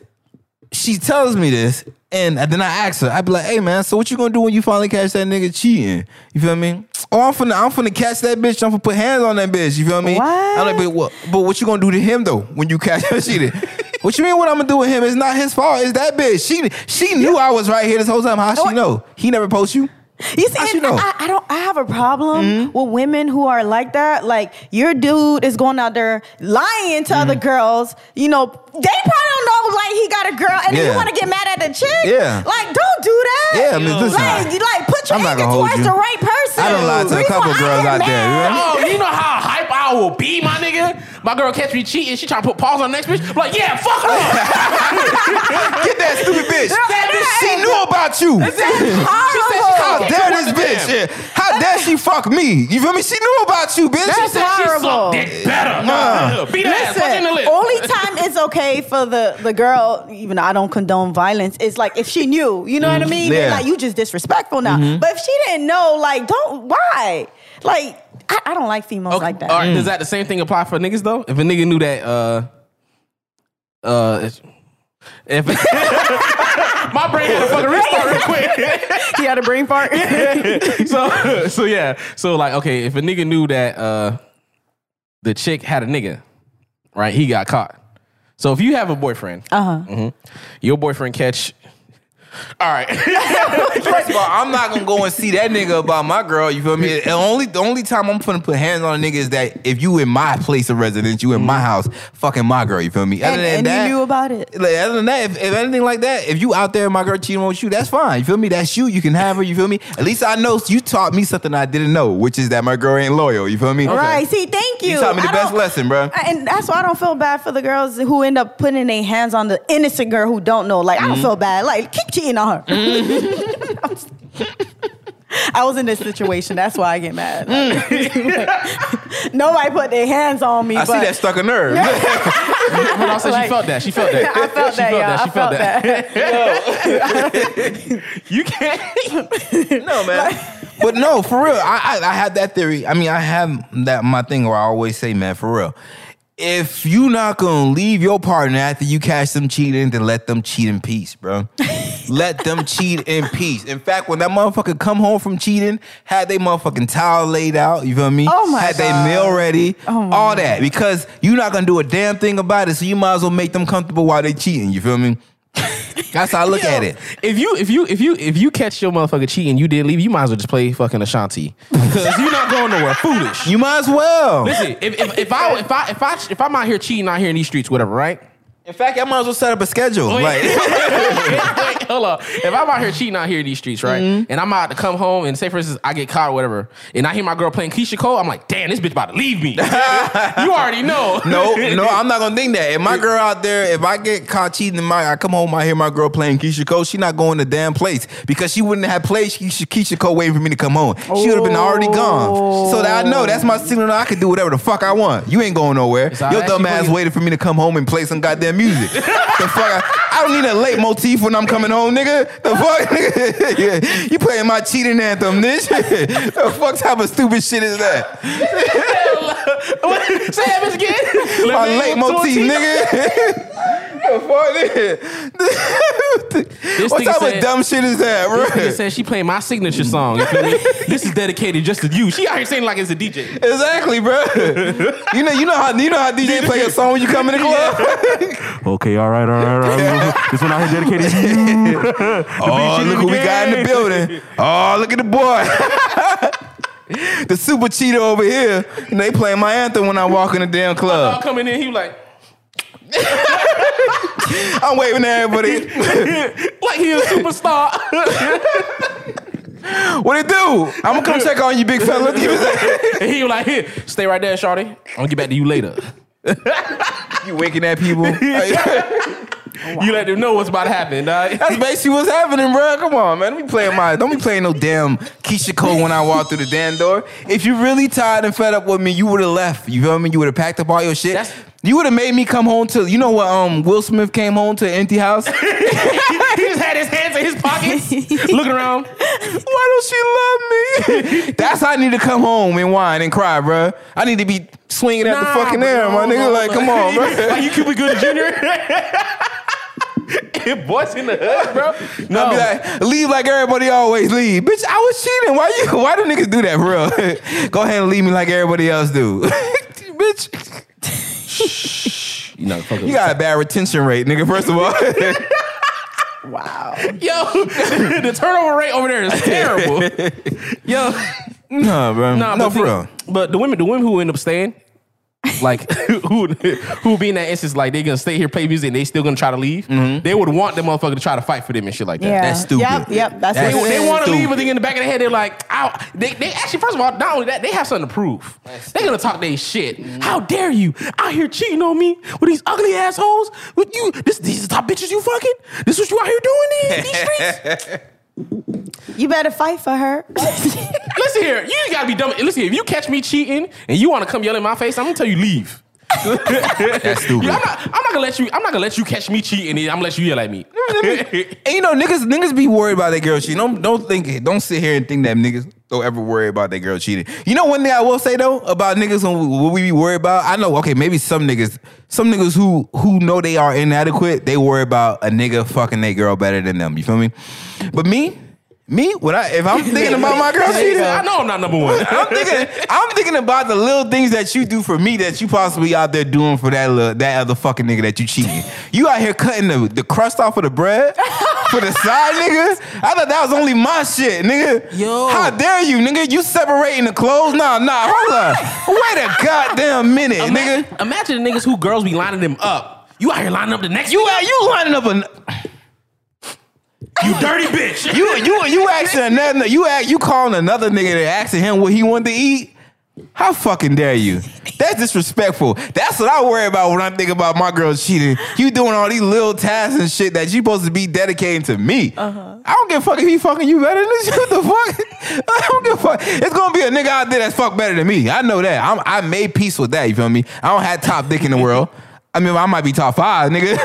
A: she tells me this, and then I ask her, I be like, hey man, so what you gonna do when you finally catch that nigga cheating? You feel me? Oh, I'm finna, I'm finna catch that bitch. I'm finna put hands on that bitch. You feel me?
D: What?
A: I'm like, but what? But what you gonna do to him though when you catch him cheating? what you mean? What I'm gonna do with him? It's not his fault. It's that bitch. She she knew I was right here this whole time. How she
D: What?
A: know? He never post you.
D: You see,
A: How'd you
D: and
A: know? Mm-hmm.
D: I, I don't. I have a problem with women who are like that. Like
A: Mm-hmm.
D: your dude is going out there lying to other girls. You know, they probably don't know know like he got a girl and then
A: Yeah.
D: you want to get mad at the chick?
A: Yeah.
D: Like, don't do that.
A: Yeah, I mean, listen.
D: like, you- like put
A: I'm
D: your
A: not
D: anger
A: gonna hold
D: towards
A: you.
D: the right person.
A: I done lied to a
D: Before
A: couple
D: I
A: girls
D: get
A: out there,
D: mad.
A: you know?
C: Oh, you know how hype I will be, my nigga. My girl catch me cheating. She trying to put paws on the next bitch. I'm like, yeah, fuck her.
A: Get that stupid bitch.
C: That bitch,
A: She knew about you. How
D: Horrible.
A: dare this bitch? Yeah. How dare she fuck me? You feel me? She knew about you, bitch.
C: She
D: That's
C: said she sucked
D: horrible.
C: dick better.
A: Nah.
C: Beat her ass. Punch her in the
D: Listen,
C: lip.
D: only time it's okay for the, the girl, even though I don't condone violence, is like if she knew, you know
C: Mm-hmm.
D: what I mean? Then,
A: yeah.
D: Like you just disrespectful now. But if she didn't know, like don't why? Like I, I don't like females like that.
C: All right, does that the same thing apply for niggas though? If a nigga knew that, uh, uh, it's- if my brain had a fucking restart real quick.
D: She had a brain fart.
C: so, so yeah, so like, okay, if a nigga knew that, uh, the chick had a nigga, right? He got caught. So if you have a boyfriend,
D: Uh-huh.
C: uh huh, your boyfriend catch. All right,
A: First of all, I'm not gonna go and see that nigga about my girl. You feel me? The only the only time I'm gonna put hands on a nigga is that if you in my place of residence, you in my house, fucking my girl. You feel me?
D: and and you knew about it.
A: Like, other than that, if, if anything like that, if you out there and my girl cheating on you, that's fine. You feel me? That's you. You can have her. You feel me? At least I know you taught me something I didn't know, which is that my girl ain't loyal. You feel me?
D: Right. See, thank you.
A: You taught me the
D: I
A: best
D: don't-
A: lesson, bro.
D: I- And that's why I don't feel bad for the girls who end up putting their hands on the innocent girl who don't know. Like, I don't feel bad. Like, keep cheating on her. I'm just- I was in this situation. That's why I get mad. nobody put their hands on me.
A: I see
D: but
A: that stuck a nerve.
C: but also she
D: Like-
C: felt that. She felt that.
D: I felt
C: She
D: that,
C: felt
D: y'all.
C: that. She
D: I felt
C: felt
D: that.
C: that. You can't.
A: no, man. but no, for real, I, I I have that theory. I mean, I have that my thing where I always say, man, for real. If you not gonna leave your partner after you catch them cheating, then let them cheat in peace, bro. let them cheat in peace. In fact, when that motherfucker come home from cheating, had they motherfucking towel laid out, you feel me?
D: Oh my
A: had
D: God.
A: they meal ready,
D: Oh my
A: all that. Because you not gonna do a damn thing about it, so you might as well make them comfortable while they cheating, you feel me? That's how I look at it.
C: If you if you if you if you catch your motherfucker cheating, you did leave. You might as well just play fucking Ashanti because you're not going nowhere. Foolish.
A: You might as well.
C: Listen, if, if, if I if I if I if I'm out here cheating out here in these streets, whatever, right?
A: In fact, I might as well set up a schedule.
C: Oh,
A: like,
C: Wait, hold up. If I'm out here cheating out here in these streets, right?
A: Mm-hmm.
C: And I'm out to come home and say, for instance, I get caught or whatever, and I hear my girl playing Keisha Cole, I'm like, damn, this bitch about to leave me. you already know.
A: no, no, I'm not gonna think that. If my girl out there, if I get caught cheating, in my I come home, I hear my girl playing Keisha Cole. She not going to damn place because she wouldn't have played Keisha, Keisha Cole waiting for me to come home. She would have been already gone. So that I know that's my signal. that I can do whatever the fuck I want. You ain't going nowhere.
C: all
A: Your
C: right.
A: dumb
C: She
A: ass
C: fucking-
A: waiting for me to come home and play some goddamn music. the fuck. I, I don't need a late motif when I'm coming home, nigga. The fuck, nigga. Yeah. You playing my cheating anthem, this? the fuck type of stupid shit is that?
C: Say that bitch again.
A: My
C: Let me
A: late
C: go to a
A: motif,
C: tea-
A: nigga. The fuck, nigga?
C: This
A: What
C: nigga
A: type of
C: said-
A: dumb shit is that,
C: Nigga
A: bro?
C: said she playing my signature song. You feel me? this is dedicated just to you. She out here saying like it's a DJ.
A: Exactly, bro. you know, you know how you know how DJ play a song when you come in the club.
F: Okay, all right, all right, all right. this one out here dedicated to you.
A: oh, look who we got in the building. Oh, look at the boy. the super cheater over here, and they playing my anthem when I walk in the damn
C: All
A: club.
C: coming in, he like,
A: I'm waving at everybody.
C: like he a superstar.
A: What it do? I'm gonna come check on you, big fella. Give me that.
C: and he like, here, stay right there, Shorty. I'm gonna get back to you later.
A: You winking at people.
C: You let them know what's about to happen, dog.
A: That's basically what's happening, bro. Come on, man. Don't be playing my. Don't be playing no damn Keisha Cole when I walk through the damn door. If you really tired and fed up with me, you would have left. You feel me? You would have packed up all your shit.
C: That's-
A: you would have made me come home to. You know what? Um, Will Smith came home to an empty house.
C: he just had his hands in his pockets, looking around.
A: Why don't she love me? That's how I need to come home and whine and cry, bro. I need to be swinging at the
C: Nah,
A: fucking air, my
C: bro,
A: nigga.
C: no,
A: like, come on, bro.
C: like you Cuba Gooding Jr. It boys in the hood, bro. No,
A: I'll be like, leave like everybody always leave. Bitch, I was cheating. Why you why do niggas do that, bro? Go ahead and leave me like everybody else do. Bitch,
C: you know, fuck
A: you got a bad retention rate, nigga, first of all.
D: Wow.
C: yo, the turnover rate over there is terrible. yo,
A: no, bro.
C: nah,
A: no,
C: but
A: for
C: the-
A: real.
C: But the women, the women who end up staying, like, who who be in that instance like they gonna stay here play music and they still gonna try to leave. They would want the motherfucker to try to fight for them and shit like that.
D: Yeah.
A: Mm-hmm. That's stupid.
D: Yep, yep. That's,
A: That's-
D: what it
C: They,
D: is.
C: want to leave,
A: Stupid.
C: but then in the back of their head, they're like, "Ow!" They, they actually, first of all, not only that, they have something to prove. They're gonna talk their shit. How dare you out here cheating on me with these ugly assholes? With you, this these are the top bitches you fucking. This what you out here doing in these streets?
D: You better fight for her.
C: Listen here, you ain't gotta be dumb. Listen here, if you catch me cheating and you wanna come yell in my face, I'm gonna tell you leave.
A: That's stupid.
C: Yeah, I'm not. I'm not gonna let you. I'm not gonna let you catch me cheating. And I'm gonna let you yell at me.
A: And you know, niggas, niggas be worried about that girl cheating. Don't don't think don't sit here and think that niggas don't ever worry about that girl cheating. You know one thing I will say though about niggas and what we be worried about? I know, okay, maybe some niggas, some niggas who who know they are inadequate, they worry about a nigga fucking their girl better than them. You feel me? But me, me, when I if I'm thinking about my girl
C: She
A: cheating,
C: said, I know I'm not number one.
A: I'm thinking, I'm thinking about the little things that you do for me that you possibly out there doing for that little, that other fucking nigga that you cheating. You out here cutting the, the crust off of the bread for the side nigga. I thought that was only my shit, nigga.
C: Yo.
A: how dare you, nigga? You separating the clothes? Nah, nah. Hold up. Wait a goddamn minute, nigga.
C: Imagine, imagine the niggas who girls be lining them up. You out here lining up the next.
A: You
C: nigga?
A: out- you lining up a
C: you dirty bitch.
A: you you you asking another you act you calling another nigga and asking him what he wanted to eat. How fucking dare you? That's disrespectful. That's what I worry about when I think about my girl cheating. You doing all these little tasks and shit that you supposed to be dedicating to me. I don't give a fuck if he fucking you better than this. What the fuck? I don't give a fuck. It's gonna be a nigga out there that's fuck better than me. I know that. I'm, I made peace with that. You feel me? I don't have top dick in the world. I mean, I might be top five, nigga,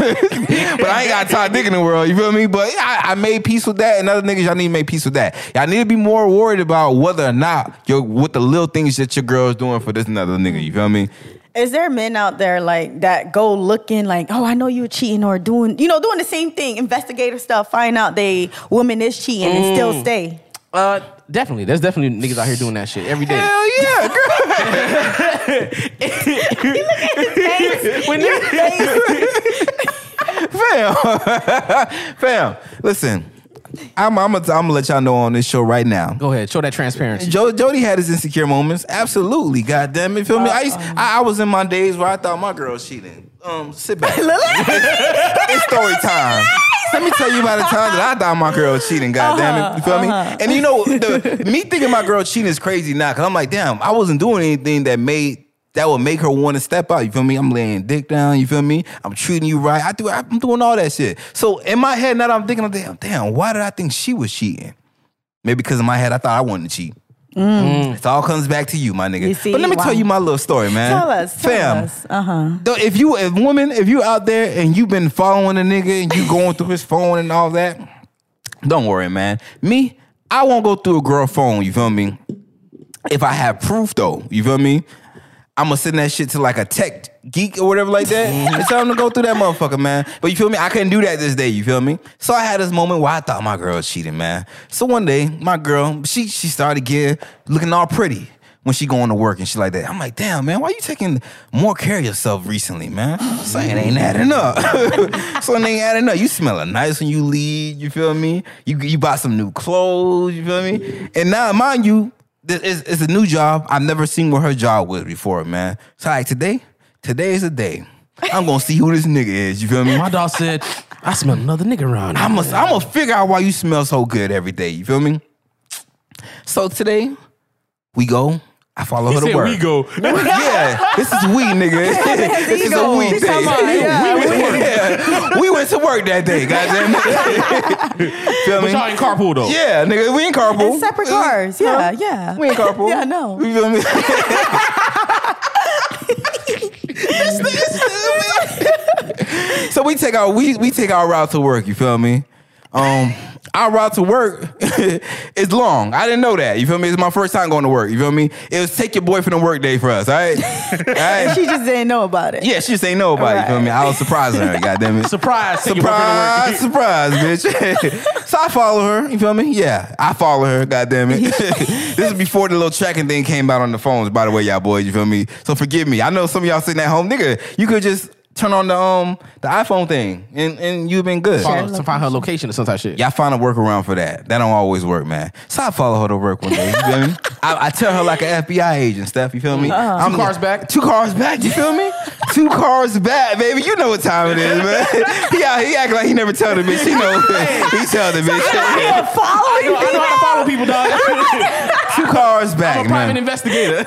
A: but I ain't got top dick in the world. You feel me? But I, I made peace with that, and other niggas, y'all need to make peace with that. Y'all need to be more worried about whether or not you're with the little things that your girl's doing for this another nigga. You feel me?
D: Is there men out there like that go looking like, oh, I know you're cheating or doing, you know, doing the same thing, investigative stuff, find out they woman is cheating and still
A: Mm.
D: stay?
C: Uh, definitely. There's definitely niggas out here doing that shit every day.
A: Hell yeah, girl.
C: When they-
A: fam, fam. Listen, I'm I'm gonna I'm gonna let y'all know on this show right now.
C: Go ahead, show that transparency.
A: Jo- Jody had his insecure moments. Absolutely, goddamn it, feel me? I, used, I I was in my days where I thought my girl was cheating. Um, sit back. it's story time. Let me tell you about the time that I thought my girl was cheating. Goddamn it, you feel me? And you know, the, me thinking my girl cheating is crazy now because I'm like, damn, I wasn't doing anything that made. That would make her want to step out. You feel me? I'm laying dick down. You feel me? I'm treating you right. I do. I'm doing all that shit. So in my head now, that I'm thinking, damn, damn. Why did I think she was cheating? Maybe because in my head, I thought I wanted to cheat. It all comes back to you, my nigga.
D: Mm. You see,
A: but let me
D: wow.
A: tell you my little story, man.
D: Tell us, tell
A: fam.
D: us. Uh huh.
A: though, If you, if woman, if you out there and you been following a nigga and you going through his phone and all that, don't worry, man. Me, I won't go through a girl phone. You feel me? If I have proof, though, you feel me? I'm gonna send that shit to like a tech geek or whatever like that. and tell him to go through that motherfucker, man. But you feel me? I couldn't do that this day. You feel me? So I had this moment where I thought my girl was cheating, man. So one day, my girl, she she started get looking all pretty when she going to work and shit like that. I'm like, damn, man, why you taking more care of yourself recently, man? So it ain't adding up. so it ain't adding up. You smelling nice when you leave. You feel me? You you bought some new clothes. You feel me? And now, mind you this is, it's a new job. I've never seen what her job was before, man. So like today, today is a day. I'm gonna see who this nigga is. You feel me?
C: My dog said, I smell another nigga around. here."
A: I'm gonna I'm gonna figure out why you smell so good every day. You feel me? So today, we go. I follow her to
C: Said
A: work.
C: we go.
A: Yeah, this is we, nigga. this is a
D: go.
A: we
D: This
A: thing.
D: come on, yeah,
A: we, went to work. Yeah. we went to work that day, goddamn it. feel
C: But y'all
A: me?
C: in carpool though.
A: Yeah, nigga, Oh, we in carpool.
D: In separate cars. Yeah, yeah.
A: We ain't carpool.
D: Yeah, I know.
A: You feel me? It's the- it's the- so we take our we we take our route to work. You feel me? Um, our route to work is long. I didn't know that. You feel me? It's my first time going to work. You feel me? It was take your boyfriend to work day for us. All right, all right.
D: She just didn't know about it.
A: Yeah, she just ain't know about it. You feel me? I was surprising her. Goddamn it.
C: Surprise. take your
A: Surprise,
C: boyfriend to work.
A: surprise, bitch. so I follow her. You feel me? Yeah, I follow her. God damn it. this is before the little tracking thing came out on the phones, by the way, y'all boys. You feel me? So forgive me. I know some of y'all sitting at home, nigga, you could just turn on the um the iPhone thing, and and you've been good.
C: Follow, to find her location or some type of shit.
A: Y'all find a workaround for that. That don't always work, man. So I follow her to work one day. You feel me? I, I tell her like an FBI agent, Steph. You feel me? I'm
C: Uh-huh. Two cars back.
A: Two cars back. You feel me? two cars back, baby. You know what time it is, man. he out, he act like he never tell the bitch. He know. he tell the bitch.
D: You're
C: I
D: following
C: know, I know how to follow people, dog.
A: two cars
C: I'm
A: back,
C: a private
A: man.
C: investigator.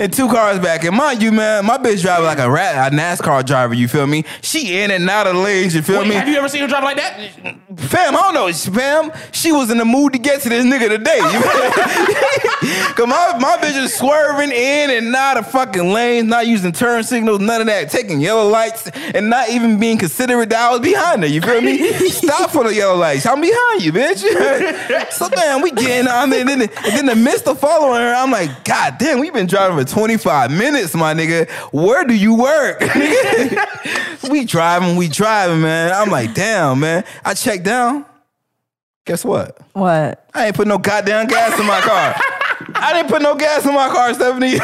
A: And two cars back. And mind you, man, my bitch drive like a rat, a NASCAR driver. You feel me? She in and out of lanes. You feel
C: Wait,
A: me?
C: have you ever seen her drive like that?
A: Fam, I don't know, fam. She was in the mood to get to this nigga today. You- Cause my, my bitch is swerving in and out of fucking lanes, not using turn signals, none of that, taking yellow lights, and not even being considerate that I was behind her. You feel me? Stop for the yellow lights. I'm behind you, bitch. so damn, we getting on there. And then, and then the midst of following her, I'm like, God damn, we've been driving for 25 minutes, my nigga. Where do you work? we driving, we driving, man. I'm like, damn, man. I check down. Guess what?
D: What?
A: I ain't put no goddamn gas in my car. I didn't put no gas in my car, Stephanie.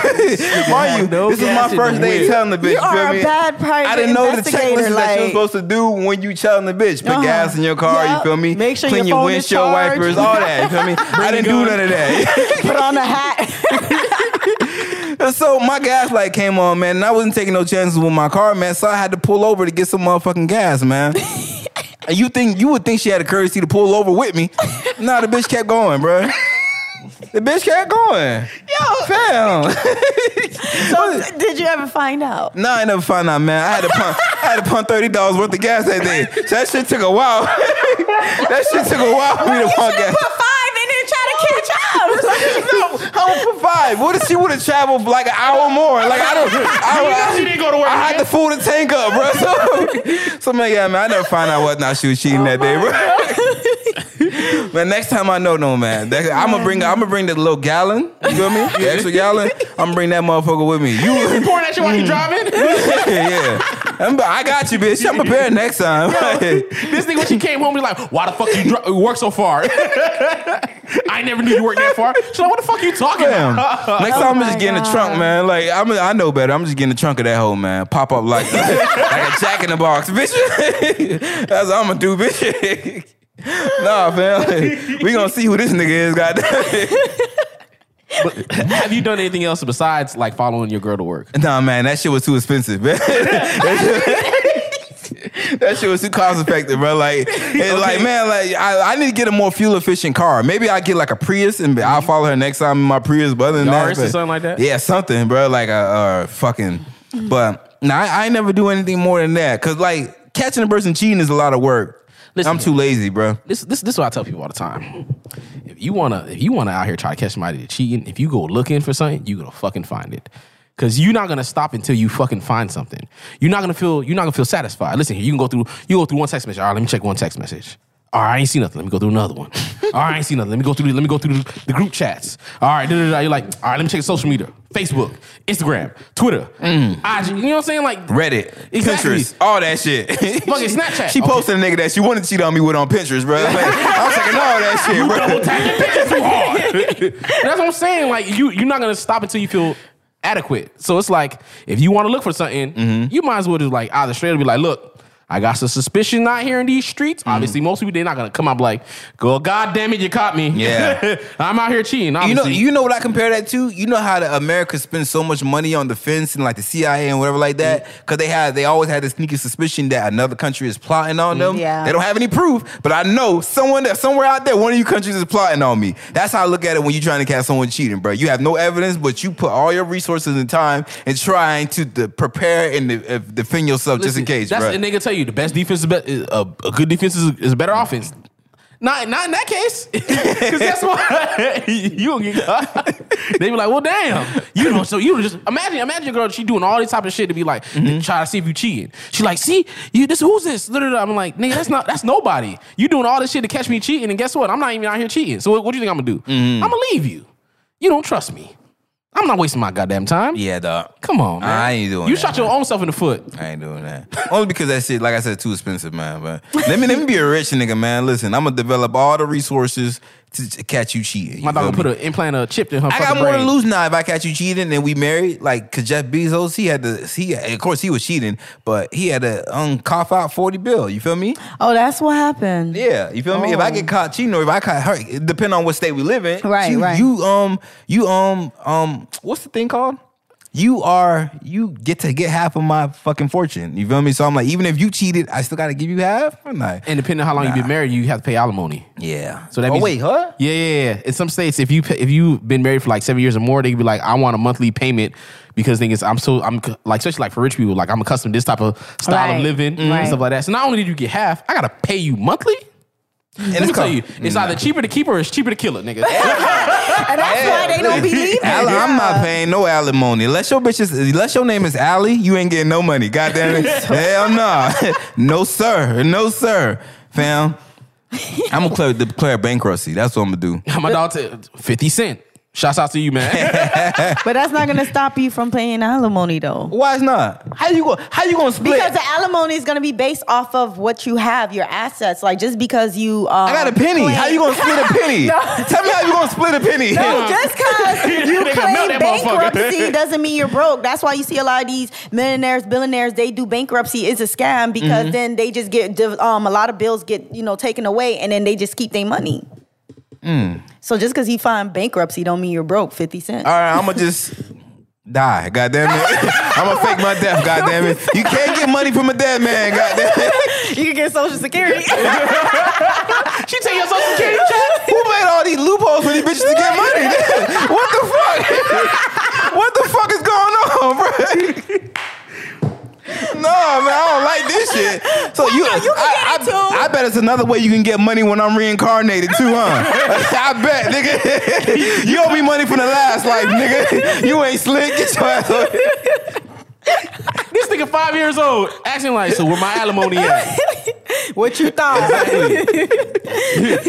A: Mind you,
C: no
A: this is
C: gas
A: my
C: in
A: first
C: the
A: day
C: whip.
A: telling the bitch.
D: You
A: feel
D: are
A: me?
D: a bad private
A: I didn't know the
D: investigator.
A: checklist that
D: Like,
A: you're supposed to do when you telling the bitch. Put
D: Uh-huh.
A: gas in your car,
D: Yup.
A: you feel me?
D: Make sure
A: Clean
D: your
A: your
D: phone is
A: windshield
D: charged.
A: wipers, all that. You feel me? I didn't do none of that.
D: put on a hat.
A: So my gas light came on, man, and I wasn't taking no chances with my car, man. So I had to pull over to get some motherfucking gas, man. and you think you would think she had the courtesy to pull over with me? nah, the bitch kept going, bruh. The bitch kept going. Yo, fam.
D: so, did you ever find out?
A: nah, I never found out, man. I had to pump. I had to pump thirty dollars worth of gas that day. So that shit took a while. that shit took a while for me to pump gas.
D: five in there trying to catch up.
A: No, I would provide. What if she would have traveled for like an hour more? Like I don't. I, don't- I,
C: She didn't go to work
A: I had to fool the tank up, bro. So, so man, yeah, man, I never found out what not she was cheating that day, bro. man, next time I know, no man. I'm gonna bring. I'm gonna bring the little gallon. You feel me? The extra gallon. I'm gonna bring that motherfucker with me. You,
C: Pouring that shit while you driving.
A: yeah. I'm, I got you, bitch. I'm prepared next time.
C: This nigga, when she came home, he's like, "Why the fuck you dri- work so far? I never knew you worked that far." She's like, "What the fuck you talking
A: Damn.
C: about?"
A: Next time I'm
D: Oh my
A: just getting the
D: God.
A: trunk, man. Like I'm, I know better. I'm just getting the trunk of that hoe, man. Pop up like, like a jack in the box, bitch. That's what I'm gonna do, bitch. nah, fam. we gonna see who this nigga is. Goddamn.
C: Have you done anything else besides like following your girl to work?
A: nah, man. That shit was too expensive, man. That shit was too cost effective, bro. Like, it's like, man, like I, I need to get a more fuel efficient car. Maybe I get like a Prius and I'll follow her next time in my Prius. But other than
C: Yaris
A: that,
C: or
A: but-
C: something like that?
A: Yeah, something, bro. Like a uh, fucking. But nah, I, I never do anything more than that because like catching a person cheating is a lot of work.
C: Listen,
A: I'm too lazy, bro.
C: This this this is what I tell people all the time. If you wanna if you wanna out here try to catch somebody cheating, if you go looking for something, you gonna fucking find it. Cause you're not gonna stop until you fucking find something. You're not gonna feel you're not gonna feel satisfied. Listen here, you can go through you go through one text message. All right, let me check one text message. All right, I ain't see nothing. Let me go through another one. All right, I ain't see nothing. Let me go through. Let me go through the group chats. All right, da, da, da. you're like, all right, let me check social media: Facebook, Instagram, Twitter, IG. You know what I'm saying? Like
A: Reddit,
C: Exactly.
A: Pinterest, all that shit.
C: Fucking Snapchat.
A: She
C: Okay.
A: posted a nigga that she wanted to cheat on me with on Pinterest, bro. Like, I'm checking all that shit, bro.
C: double tap your picture too hard. That's what I'm saying. Like you, you're not gonna stop until you feel adequate. So it's like if you want to look for something,
A: Mm-hmm.
C: you might as well just like either straight up be like, look. I got some suspicion out here in these streets.
A: Mm-hmm.
C: Obviously, most people they're not gonna come up like, "Go, god damn it, you caught me."
A: Yeah.
C: I'm out here cheating.
A: You know,
C: Obviously.
A: you know what I compare that to? You know how the America spends so much money on defense and like the CIA and whatever like that,
C: Mm.
A: because they had they always had the sneaky suspicion that another country is plotting on them.
D: Yeah.
A: They don't have any proof, but I know someone that somewhere out there, one of you countries is plotting on me. That's how I look at it when you're trying to catch someone cheating, bro. You have no evidence, but you put all your resources and time in trying to de- prepare and de- uh, defend yourself just in
C: Listen,
A: case,
C: That's
A: bro.
C: a nigga tell you the best defense is be- is- a, a good defense is, is a better offense. Not not in that case, because guess what? you gonna get caught. they be like, well, damn, you know. So you just imagine, imagine your girl, she doing all this type of shit to be like,
A: Mm-hmm.
C: try to see if you cheating. She like, see, you this who's this? Da, da, da. I'm like, nigga, that's not that's nobody. You doing all this shit to catch me cheating, and guess what? I'm not even out here cheating. So what, what do you think I'm gonna do?
A: Mm-hmm.
C: I'm gonna leave you. You don't trust me. I'm not wasting my goddamn time.
A: yeah, dog.
C: Come on, man.
A: I ain't doing
C: You
A: that,
C: shot your own self in the foot.
A: I ain't doing that. Only because that shit, like I said, too expensive, man. But let me let me be a rich nigga, man. Listen, I'm gonna develop all the resources to ch- catch you cheating.
C: My
A: You feel
C: dog
A: me?
C: put an implant a chip in her.
A: I got
C: fucking
A: more
C: brain.
A: to lose now if I catch you cheating and we married. Like, cause Jeff Bezos, he had to, he of course he was cheating, but he had to um, cough out forty bill. You feel me?
D: Oh, that's what happened.
A: Yeah, you feel me? If I get caught cheating or if I caught her, it depend on what state we live in.
D: Oh. Right,
A: you,
D: right.
A: You um, you um, um, what's the thing called? You are you get to get half of my fucking fortune. You feel me? So I'm like, even if you cheated, I still got to give you half. I'm like,
C: And depending on how long you've been married, you have to pay alimony.
A: yeah.
C: So that
A: oh
C: means,
A: wait, huh?
C: Yeah, yeah, yeah. In some states, if you pay, if you've been married for like seven years or more, they can be like, I want a monthly payment because niggas, I'm so I'm c- like, especially like for rich people, like I'm accustomed to this type of style
D: Right,
C: of living
D: right.
C: and stuff like that. So not only did you get half, I gotta pay you monthly.
A: And
C: Let me tell you,
A: Mm.
C: it's either cheaper to keep her or it's cheaper to kill it, nigga.
D: And that's why they don't be leaving.
A: Al- I'm
D: Yeah.
A: not paying no alimony. Unless your bitch is, unless your name is Allie, you ain't getting no money. God damn it. Hell no. no sir. No sir. Fam. I'm gonna declare, declare bankruptcy. That's what I'm gonna do.
C: My dog, t- fifty cent. Shouts out to you, man.
D: But that's not gonna stop you from paying alimony though.
A: Why is not? How you go? How you gonna split?
D: Because the alimony is gonna be based off of what you have, your assets. Like just because you, um,
A: I got a penny. How you gonna split a penny?
D: No.
A: Tell me how you gonna split a penny.
D: No, just because you
C: Nigga, melt
D: claim
C: that motherfucker.
D: bankruptcy doesn't mean you're broke. That's why you see a lot of these millionaires, billionaires. They do bankruptcy. It's a scam
A: Mm-hmm.
D: because then they just get div- um, a lot of bills get you know taken away, and then they just keep their money. So just because he find bankruptcy don't mean you're broke. Fifty cent.
A: Mm. All right, I'm gonna just die. God damn it. I'm gonna fake my death. God damn it. You can't get money from a dead man. God damn it.
D: You can get social security.
C: she take your social security.
A: Who made all these loopholes for these bitches to get money? what the fuck? what the fuck is going on, bro? no, man, I don't like this shit. So you,
D: no, you can
A: I,
D: get it
A: I-
D: too.
A: I bet it's another way you can get money when I'm reincarnated too, huh? I bet, nigga. you owe me money from the last life, nigga. You ain't slick. Get your ass over here.
C: This nigga five years old, acting like so. Where my alimony at?
D: what you thought?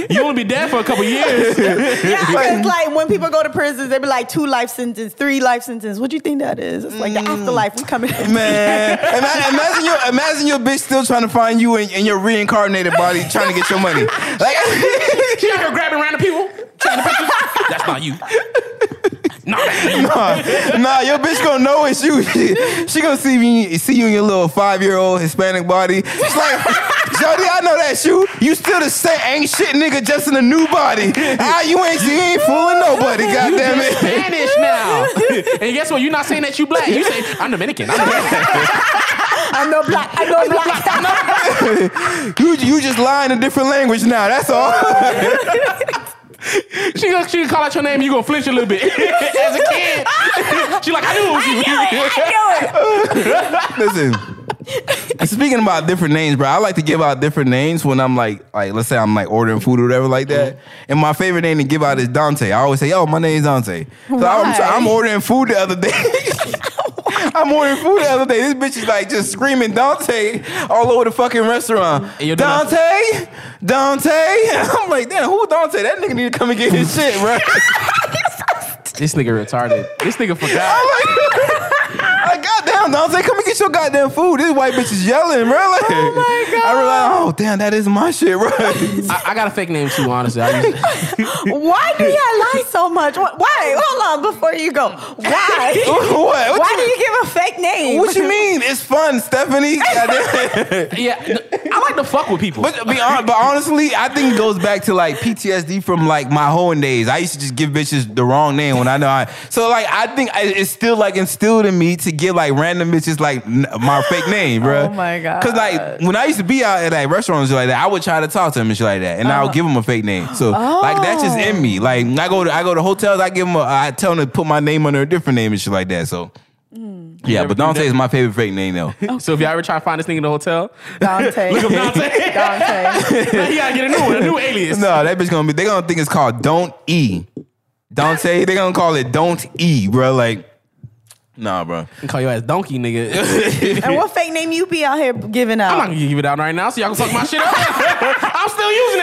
C: You only be dead for a couple years.
D: yeah, because like when people go to prisons, they be like two life sentence, three life sentence. What do you think that is? It's like the afterlife. We coming.
A: Mm. Man, ima- imagine your imagine your bitch still trying to find you in, in your reincarnated body, trying to get your money. Like,
C: She out here grabbing random people, trying to pick you. That's not you. Nah, that ain't you.
A: nah, nah, your bitch gonna know it's you. she gonna see me, see you in your little five year old Hispanic body. She's like, Jody, I know that's you. You still the same ain't shit nigga, just in a new body. Ah, you ain't you ain't fooling nobody.
C: You
A: goddamn
C: just
A: it.
C: Spanish now. and guess what? You're not saying that you black. You say I'm Dominican. I'm Dominican.
D: I know black. I know black. I know black.
A: You you just lying a different language now. That's all.
C: she gonna she gonna call out your name. You gonna flinch a little bit as a kid. she like I knew it was you.
A: Listen. Speaking about different names, bro, I like to give out different names when I'm like, like let's say I'm like ordering food or whatever like that.
C: Mm-hmm.
A: And my favorite name to give out is Dante. I always say, "Yo, my name's Dante." So I'm,
D: Why?
A: I'm ordering food the other day. I'm ordering food the other day. This bitch is like just screaming Dante all over the fucking restaurant.
C: And you're doing-
A: Dante, Dante. I'm like, damn, who Dante? That nigga need to come and get his shit, bro.
C: This nigga retarded. This nigga
A: I'm
C: forgot.
A: like, like, goddamn, Dante, come and get your goddamn food. This white bitch is yelling, bro. Like, oh my god. I realized, oh damn, that is my shit, bro.
C: I, I got a fake name too. Honestly, I use,
D: Why do y'all lie so much? Why? why? Hold on before you go. Why?
A: what? What,
D: Why
A: you,
D: do you give a fake name?
A: what you mean? It's fun, Stephanie. Goddamn.
C: yeah, I like to fuck with people.
A: But, be hon- but honestly, I think it goes back to like PTSD from like my hoeing days. I used to just give bitches the wrong name when I know I. So like I think I, it's still like instilled in me to give like random bitches like n- my fake name, bro.
D: Oh, my God.
A: Because like when I used to be out at like restaurants and shit like that, I would try to talk to them and shit like that, and
D: Uh-huh.
A: I would give them a fake name. So like that's just in
D: Oh.
A: me. Like I go to I go to hotels, I give them a, I tell them to put my name under a different name and shit like that. So.
D: Mm.
A: Yeah, but
C: do
A: Dante
C: that?
A: is my favorite fake name though.
C: so if y'all ever try to find this nigga in the hotel,
D: Dante.
C: look up Dante.
D: Dante.
C: now you gotta get a new one, a new alias.
A: No, that bitch gonna be. They gonna think it's called Don't E. Don't say. They gonna call it Don't E, bro. Like, nah, bro.
C: Call your ass donkey, nigga.
D: and what fake name you be out here giving
C: I'm not
D: out?
C: gonna give it out right now, so y'all can fuck my shit up. I'm still using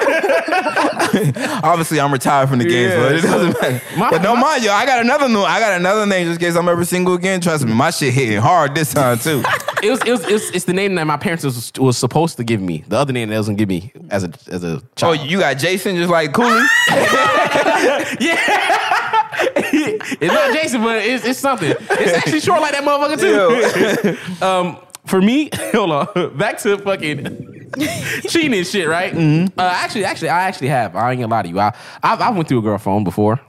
C: that motherfucker.
A: Obviously, I'm retired from the game, so it doesn't matter.
C: My-
A: but don't
C: my-
A: mind, yo. I got another new. I got another name just in case I'm ever single again. Trust me, my shit hitting hard this time too.
C: it was, it was, it's, it's the name that my parents was, was supposed to give me. The other name they was gonna give me as a as a
A: Oh,
C: child.
A: you got Jason just like Cooley?
C: It's not Jason, but it's, it's something. It's actually short like that motherfucker too. um, for me, hold on. Back to fucking cheating and shit, right?
A: Mm-hmm.
C: Uh, actually, actually, I actually have. I ain't gonna lie to you. I I, I went through a girl phone before.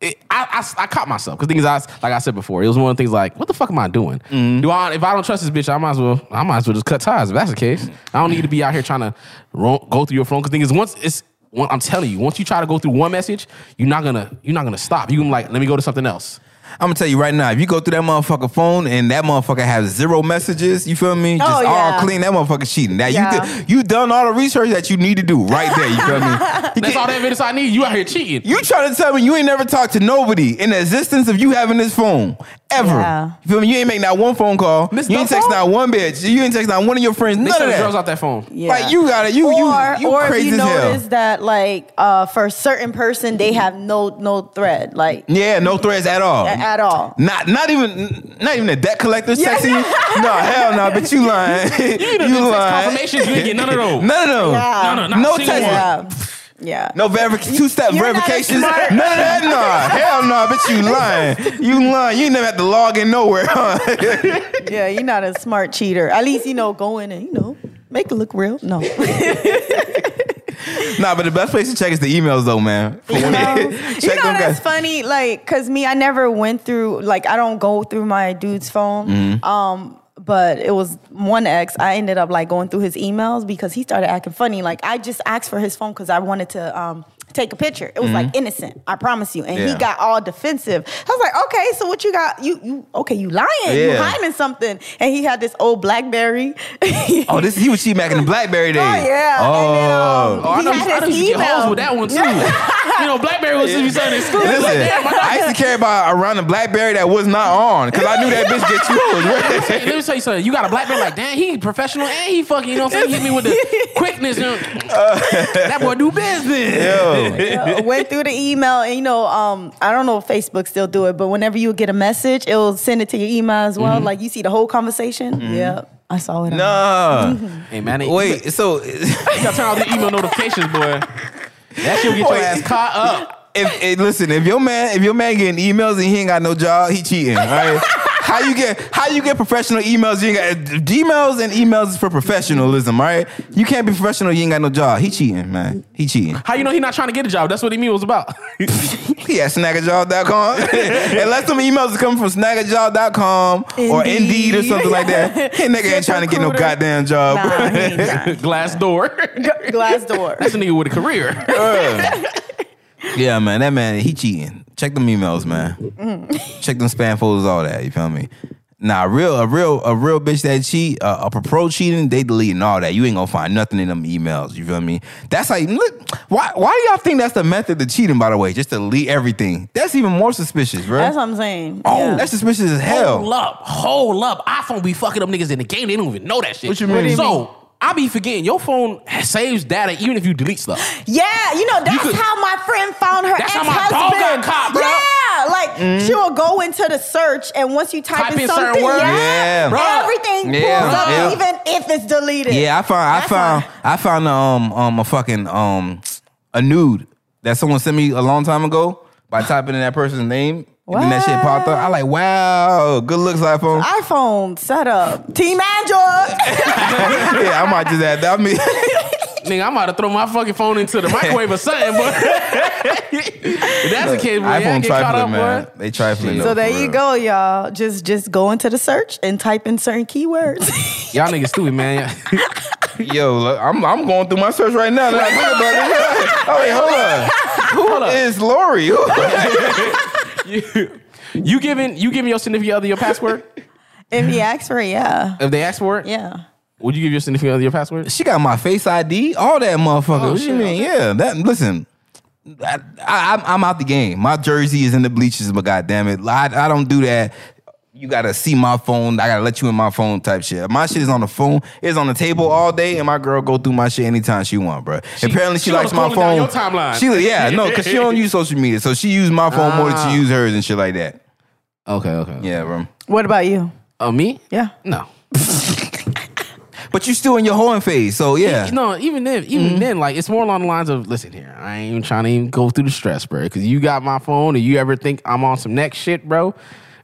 C: It, I, I, I caught myself because things I was- like I said before, it was one of the things like, what the fuck am I doing?
A: Mm-hmm.
C: Do I if I don't trust this bitch, I might as well I might as well just cut ties. If that's the case, I don't need to be out here trying to ro- go through your phone because thing is once it's one, I'm telling you, once you try to go through one message, you're not gonna you're not gonna stop. You can like let me go to something else.
A: I'm gonna tell you right now, if you go through that motherfucker phone and that motherfucker has zero messages, you feel me? Just
D: Oh, yeah.
A: all clean, that motherfucker cheating. Now
D: Yeah.
A: you did, you done all the research that you need to do right there. You feel me? You
C: That's all that evidence I need. You out here cheating.
A: You trying to tell me you ain't never talked to nobody in the existence of you having this phone ever?
D: Yeah.
A: You feel me? You ain't make not one phone call.
C: Miss
A: you
C: the
A: ain't text
C: phone?
A: not one bitch. You ain't text not one of your friends.
C: They
A: None of
C: sell
A: that.
C: girls out that phone.
D: Yeah.
A: Like you got to You
D: or,
A: you you
D: or if
A: crazy
D: you
A: as
D: notice
A: hell.
D: that like uh, for a certain person they have no no thread like
A: Yeah, no threats at all.
D: a- at all.
A: Not not even not even a debt collector
D: Yeah.
A: sexing you. No, hell no, but you lying. you
C: You know, text
A: lying.
C: confirmations, you ain't get none of those.
A: None of them.
D: Yeah. No, no,
C: not
A: no
C: a single
A: text.
D: yeah yeah
A: No verific- two step
D: you're not
A: verifications. None
D: smart-
A: of that. Nah, hell no, but you lying. You lying. You ain't never had to log in nowhere. Huh?
D: yeah you're not a smart cheater at least you know go in and you know make it look real no
A: nah, but the best place to check is the emails though, man. For
D: you
A: when-
D: know, Um, you know
A: them guys.
D: that's funny like because me i never went through like i don't go through my dude's phone
A: Mm-hmm.
D: um but it was one ex i ended up like going through his emails because he started acting funny like i just asked for his phone because i wanted to um Take a picture. It was like innocent. I promise you. And he
A: Mm-hmm. Yeah.
D: got all defensive. I was like, okay, so what you got? You you okay? You lying? You
A: Yeah.
D: hiding something? And he had this old BlackBerry.
A: Oh, this he was cheating back in the BlackBerry days.
D: Oh, yeah.
A: Oh.
D: And then, um,
C: Oh, I
D: he
C: know,
D: had
C: I know
D: his
C: you get
D: email.
C: hoes with that one too. you know, Blackberry was just be something exclusive.
A: Listen, I used to care about around the BlackBerry that was not on because I knew that bitch get you.
C: Hey, let me tell you something. You got a black man like, damn, he professional and he fucking, you know what I'm saying? He hit me with the quickness. you know.
A: Uh,
C: that boy do business.
D: Uh, went through the email and you know um i don't know if facebook still do it but whenever you get a message it'll send it to your email as
C: Mm-hmm.
D: well like you see the whole conversation yeah i saw it on-
A: Nah.
C: Hey, man, they-
A: Wait, so
C: you got to turn off the email notifications, boy. That shit will get your
A: Wait.
C: ass caught up.
A: if, if- listen, if your man if your man getting emails and he ain't got no job, he cheating. All right. How you get how you get professional emails? You ain't got uh, Gmails and emails is for professionalism, all right? You can't be professional. You ain't got no job. He cheating, man. He cheating.
C: How you know he not trying to get a job? That's what the email was about.
A: He at snagajob.com. Unless some emails are coming from snagajob.com or
D: Indeed.
A: Indeed or something like that. Hey, nigga ain't trying to get no
D: ZipRecruiter.
A: goddamn job.
D: Nah, he ain't got it.
C: Glass door.
D: glass door
C: That's a nigga with a career.
A: Yeah, man, that man, he cheating. Check them emails, man.
D: Mm.
A: Check them spam folders, all that. You feel me? Nah, a real, a real, a real bitch that cheat, uh, a pro cheating, they deleting all that. You ain't gonna find nothing in them emails. You feel me? That's like, look, why, why do y'all think that's the method to cheating? By the way, just delete everything. That's even more suspicious, bro.
D: that's what i'm saying
A: oh,
D: Yeah.
A: that's suspicious as
C: Hold
A: hell.
C: up, hold up. iPhone be fucking up niggas in the game. They don't even know that shit.
A: What you mean? What do you
C: so I be forgetting your phone saves data even if you delete stuff.
D: yeah you know that's
C: could-
D: how my friend found her
C: That's how my
D: ex-husband
C: dog got caught, bro. Mm-hmm.
D: yeah like she will go into the search and once you type,
C: Type in certain
D: something
C: words.
D: yeah,
A: Yeah. Bro.
D: everything
A: Yeah,
D: pulls up
A: yeah.
D: even if it's deleted
A: Yeah, I found, I
D: That's
A: found,
D: why-
A: I found um, um, a fucking um, a nude that someone sent me a long time ago by typing in that person's name. And then that shit popped up. I like, wow, good looks iPhone.
D: iphone set up team android
A: yeah, I might just add that. I mean,
C: Nigga, I'm about to throw my fucking phone into the microwave or something, but if that's the case, boy. Yeah,
A: iPhone
C: get caught up,
A: trifling, man.
C: boy.
A: They trifling.
D: So there you go, y'all. Just just go into the search and type in certain keywords.
C: Y'all niggas stupid, man.
A: Yo, look, I'm I'm going through my search right now. Now I think about it. Oh wait, hold on.
C: Hold up.
A: It's Lori. Who-
C: you, you giving you giving your significant other your password?
D: if he asks for it, yeah.
C: If they ask for it,
D: Yeah.
C: would you give your significant other your password?
A: she got my face ID, all that motherfucker. what
C: shit,
A: you mean? Yeah, that listen. I, I, I'm- I'm out the game. My jersey is in the bleachers, but goddamn it, I, I don't do that. You gotta see my phone. I gotta let you in my phone type shit. My shit is on the phone. It's on the table all day, and my girl go through my shit anytime she want, bro. Apparently, she,
C: she
A: likes
C: don't
A: my
C: scroll down
A: phone.
C: your timeline.
A: She, yeah, no, cause she don't use social media, so she use my phone more than she use hers and shit like that.
C: Okay, okay.
A: Yeah, bro.
D: What about you?
C: Oh, me?
D: Yeah.
C: No.
A: But you still in your hoeing phase, so yeah. Mm-hmm.
C: No, even then, even then, like it's more along the lines of, listen here, I ain't even trying to even go through the stress, bro. Because you got my phone, and you ever think I'm on some next shit, bro.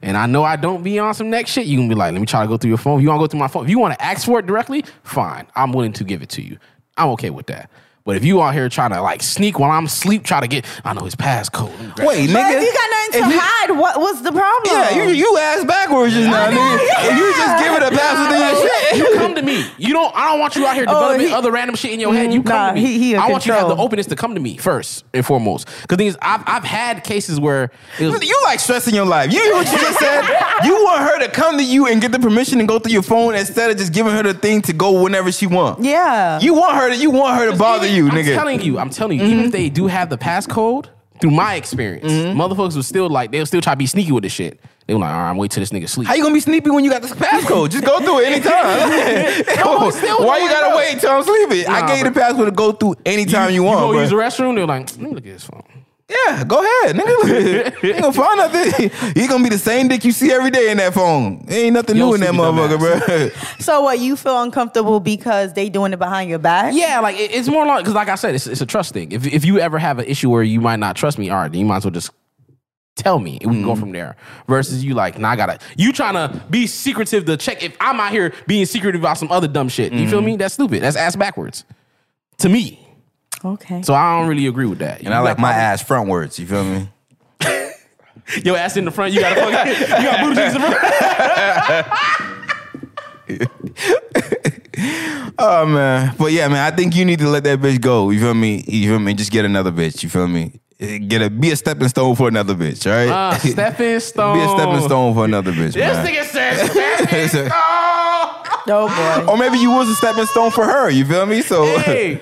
C: And I know I don't be on some next shit. You can be like, let me try to go through your phone. If you want to go through my phone, if you want to ask for it directly, fine. I'm willing to give it to you. I'm okay with that. But if you out here trying to like sneak while I'm asleep, try to get, I know his passcode. Let me grab
A: Wait,
D: But
A: nigga,
D: if you got nothing to
A: if you-
D: hide, what was the problem?
A: Yeah, you you ass backwards just now,
D: know,
A: nigga.
D: yeah.
A: If you just give it a pass within your shit.
C: you come to me. You don't. I don't want you out here developing
D: Oh, he-
C: other random shit in your head. You come
D: Nah,
C: to me.
D: he- he a
C: I want you to have the
D: control.
C: openness to come to me first and foremost. Because thing is, I've I've had cases where it was,
A: You like stressing your life. You hear what you just said? You want her to come to you and get the permission and go through your phone instead of just giving her the thing to go whenever she wants.
D: Yeah.
A: You want her to you want her to bother you,
C: I'm
A: nigga.
C: telling you. I'm telling you. Even if they do have the passcode, through my experience,
D: Mm-hmm.
C: motherfuckers was still like they'll still try to be sneaky with this shit. They were like, all right, I'm wait till this nigga sleep.
A: How you gonna be sleepy when you got this passcode? Just go through it anytime.
C: No, it's still
A: Why
C: going
A: you gotta
C: up.
A: wait till I'm sleepy? I
C: Nah,
A: gave you the passcode to go through anytime you,
C: You
A: want.
C: go
A: bro.
C: use the restroom. They're like, let me look at his phone.
A: Yeah, go ahead, nigga. you ain't gonna find nothing. You gonna be the same dick you see every day in that phone. Ain't nothing
C: Yo,
A: new in that
C: stupid
A: motherfucker,
C: dumbass.
A: bro.
D: So what? You feel uncomfortable because they doing it behind your back?
C: Yeah, like it- it's more like because, like I said, it's, it's a trust thing. If if you ever have an issue where you might not trust me, all right, then you might as well just tell me, and we can go from there. Versus you like, nah, I gotta. You trying to be secretive to check if I'm out here being secretive about some other dumb shit. You feel me? That's stupid. That's ass backwards to me.
D: Okay.
C: So I don't really agree with that.
A: And I like my ass frontwards. You feel me?
C: Yo, ass in the front. You gotta fuck. you got booty cheeks in the front.
A: Oh man, but yeah, man, I think you need to let that bitch go. You feel me? You feel me? Just get another bitch. You feel me? Eh, Get a be a stepping stone for another bitch. All right,
C: Uh, Stepping Stone.
A: be a stepping Ah, stone for another bitch.
C: This
A: man.
C: nigga says Stepping
A: It's a-
C: Stone.
D: Oh boy.
A: Or maybe you was a stepping stone for her. You feel me? So
C: Hey.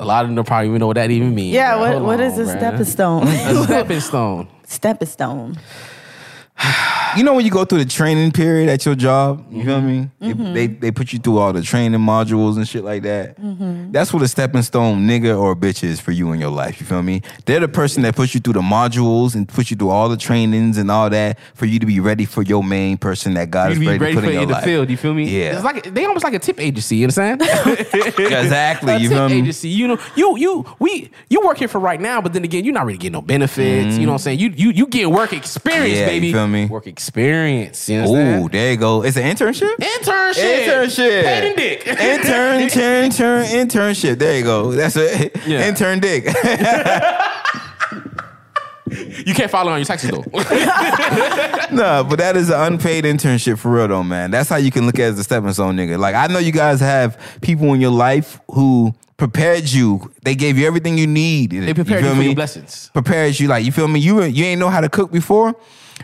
C: A lot of them don't probably even know what that even means.
D: Yeah.
C: bruh.
D: What?
C: Hold
D: What
C: on,
D: is a
C: bruh.
D: stepping stone?
C: A stepping stone.
D: stepping stone.
A: you know when you go through the training period at your job, you feel
C: Mm-hmm.
A: me? They- They, they put you through all the training modules and shit like that.
C: Mm-hmm.
A: That's what a stepping stone nigga or bitch is for you in your life. You feel me? They're the person that puts you through the modules and puts you through all the trainings and all that for you to be ready for your main person that God
C: You
A: is
C: be
A: ready,
C: ready
A: to put
C: for
A: in your
C: in the
A: life.
C: field. You feel me?
A: Yeah.
C: It's like they almost like a tip agency. You understand? a
A: exactly. You feel
C: tip
A: me?
C: agency. You know, you you we you work here for right now, but then again, you're not really getting no benefits. You know what I'm saying? You you you getting work experience,
A: Mm-hmm. Yeah, you
C: baby.
A: feel me?
C: Work experience. You understand?
A: Ooh, there you go. It's an internship.
C: Internship.
A: Internship. Eh.
C: Paid in dick.
A: Intern, intern, intern, internship. There you go. That's it.
C: Yeah.
A: Intern dick.
C: you can't follow on your taxes though.
A: No, but that is an unpaid internship for real though, man. That's how you can look at it as a stepping stone nigga. Like I know you guys have people in your life who prepared you. They gave you everything you need.
C: They prepared you for your blessings.
A: Prepared you like you feel me? You you ain't know how to cook before.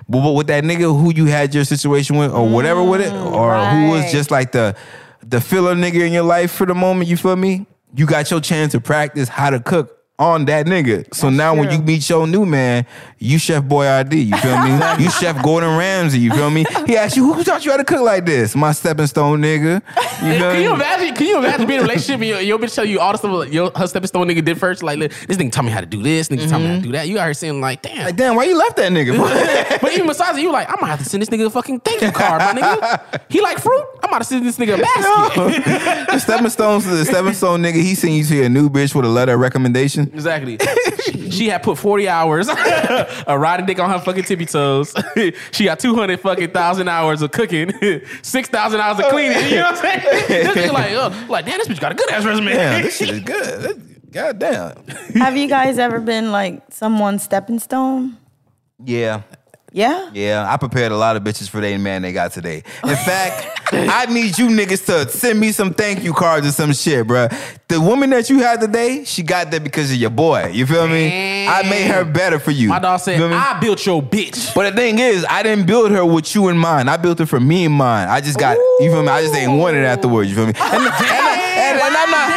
A: But, but with that nigga who you had your situation with or whatever with it, or who was
D: right.
A: just like the the filler nigga in your life for the moment, you feel me? You got your chance to practice how to cook on that nigga. So now when
D: true.
A: you meet your new man, you Chef Boy ID, you feel me? you Chef Gordon Ramsay, you feel me? He asked you, who taught you how to cook like this? My stepping stone nigga. You feel
C: Can
A: me?
C: you imagine? Can you imagine being in a relationship and your, your bitch tell you all the stuff like, your her stepping stone nigga did first? Like, look, this nigga taught me how to do this, nigga taught me how to do that. You out here saying like, damn.
A: Mm-hmm. Like, damn, why you left that nigga?
C: but even besides that, you like, I'm gonna have to send this nigga a fucking thank you card, my nigga. He like fruit. I'm about to send this nigga a basket.
A: the stepping stones to the stepping stone nigga, he sent you to your new bitch with a letter of recommendation.
C: Exactly. she, she had put 40 hours a riding dick on her fucking tippy toes. she got 200 fucking thousand hours of cooking, 6,000 hours of cleaning. You know what I'm saying? this nigga like, oh, like, damn, this bitch got a good ass resume.
A: Damn, this shit is good. That- God damn.
D: Have you guys ever been like someone's stepping stone?
A: Yeah.
D: Yeah.
A: Yeah, I prepared a lot of bitches for they man they got today. In fact, I need you niggas to send me some thank you cards or some shit, bruh. The woman that you had today, she got that because of your boy. You feel me? I made her better for you.
C: My dog said,
A: You feel me?
C: I built your bitch.
A: But the thing is, I didn't build her with you in mind. I built her for me in mind. I just got, you feel me? I just ain't want it afterwards. You feel me? And, and, and, and- and I'm not.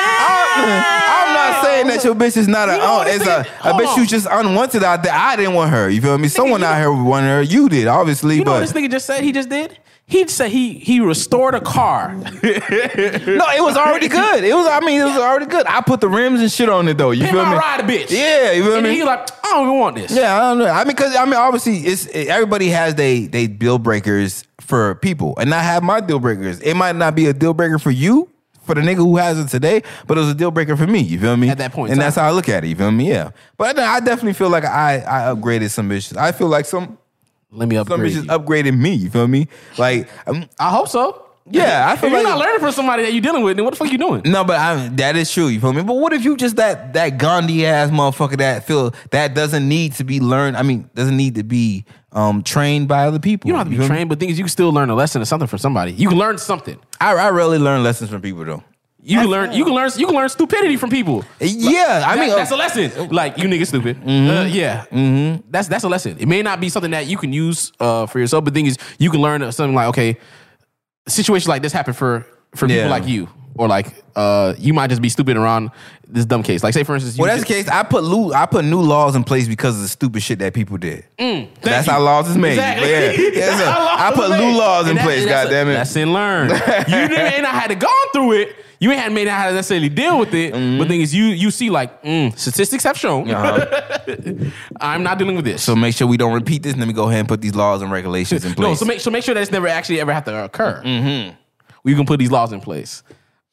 A: I'm, I'm not saying that your bitch is not a, oh,
C: know what
A: it's
C: the
A: a,
C: thing-
A: a
C: hold
A: bitch
C: on.
A: you just unwanted out there. I didn't want her. You feel me? Someone
C: you-
A: out here wanted her. You did, obviously.
C: You
A: but
C: know what this nigga just said he just did? He said he he restored a car.
A: No, it was already good. It was. I mean, it was already good. I put the rims and shit on it though. You
C: Pimp
A: feel
C: out
A: me?
C: ride a bitch.
A: Yeah, you feel
C: and then
A: me?
C: he like, I don't even want this.
A: Yeah, I don't know. I mean, because I mean, obviously, it's everybody has they they deal breakers for people, and I have my deal breakers. It might not be a deal breaker for you, for the nigga who has it today, but it was a deal breaker for me. You feel me?
C: At that point in
A: and
C: time.
A: that's how I look at it. You feel me? Yeah. But I I definitely feel like I I upgraded some bitches. I feel like some
C: Let me
A: some
C: upgrade.
A: bitches
C: you.
A: upgraded me. You feel me? Like, um,
C: I hope so.
A: yeah, I
C: If
A: feel
C: you're
A: like
C: not learning from somebody that you're dealing with, then what the fuck you doing?
A: No, but I, that is true. You feel me? But what if you just that that Gandhi ass motherfucker that feel that doesn't need to be learned? I mean, doesn't need to be um, trained by other people.
C: You don't have to be
A: feel me?
C: trained, but things you can still learn a lesson or something from somebody. You can learn something.
A: I, I rarely learn lessons from people though.
C: You can learn. You can learn. You can learn stupidity from people.
A: yeah, I
C: I mean, oh.
A: mean,
C: that's a lesson. Like you niggas stupid. Uh, yeah, mm-hmm. that's that's a lesson. It may not be something that you can use uh, for yourself, but the thing is, you can learn something like okay, situations like this happen for for
A: Yeah.
C: people like you, or like uh, you might just be stupid around this dumb case. Like say for instance, you
A: well, that's the
C: just-
A: case. I put lo- I put new laws in place because of the stupid shit that people did. that's
C: Mm, you.
A: how laws is made.
C: Exactly.
A: Yeah,
C: That's
A: Yes, sir.
C: how laws
A: I put
C: is
A: new
C: made.
A: laws in
C: And that-
A: place.
C: that's
A: God
C: a-
A: damn it.
C: That's in learn. you didn't, ain't not had to gone through it. You ain't had may not had to necessarily deal with it. But
A: Mm-hmm.
C: the thing is, you you see like mm, statistics have shown. I'm not dealing with this.
A: so make sure we don't repeat this. Let me go ahead and put these laws and regulations in place.
C: No, so make so make sure that it's never actually ever have to occur. Mm-hmm. We can put these laws in place.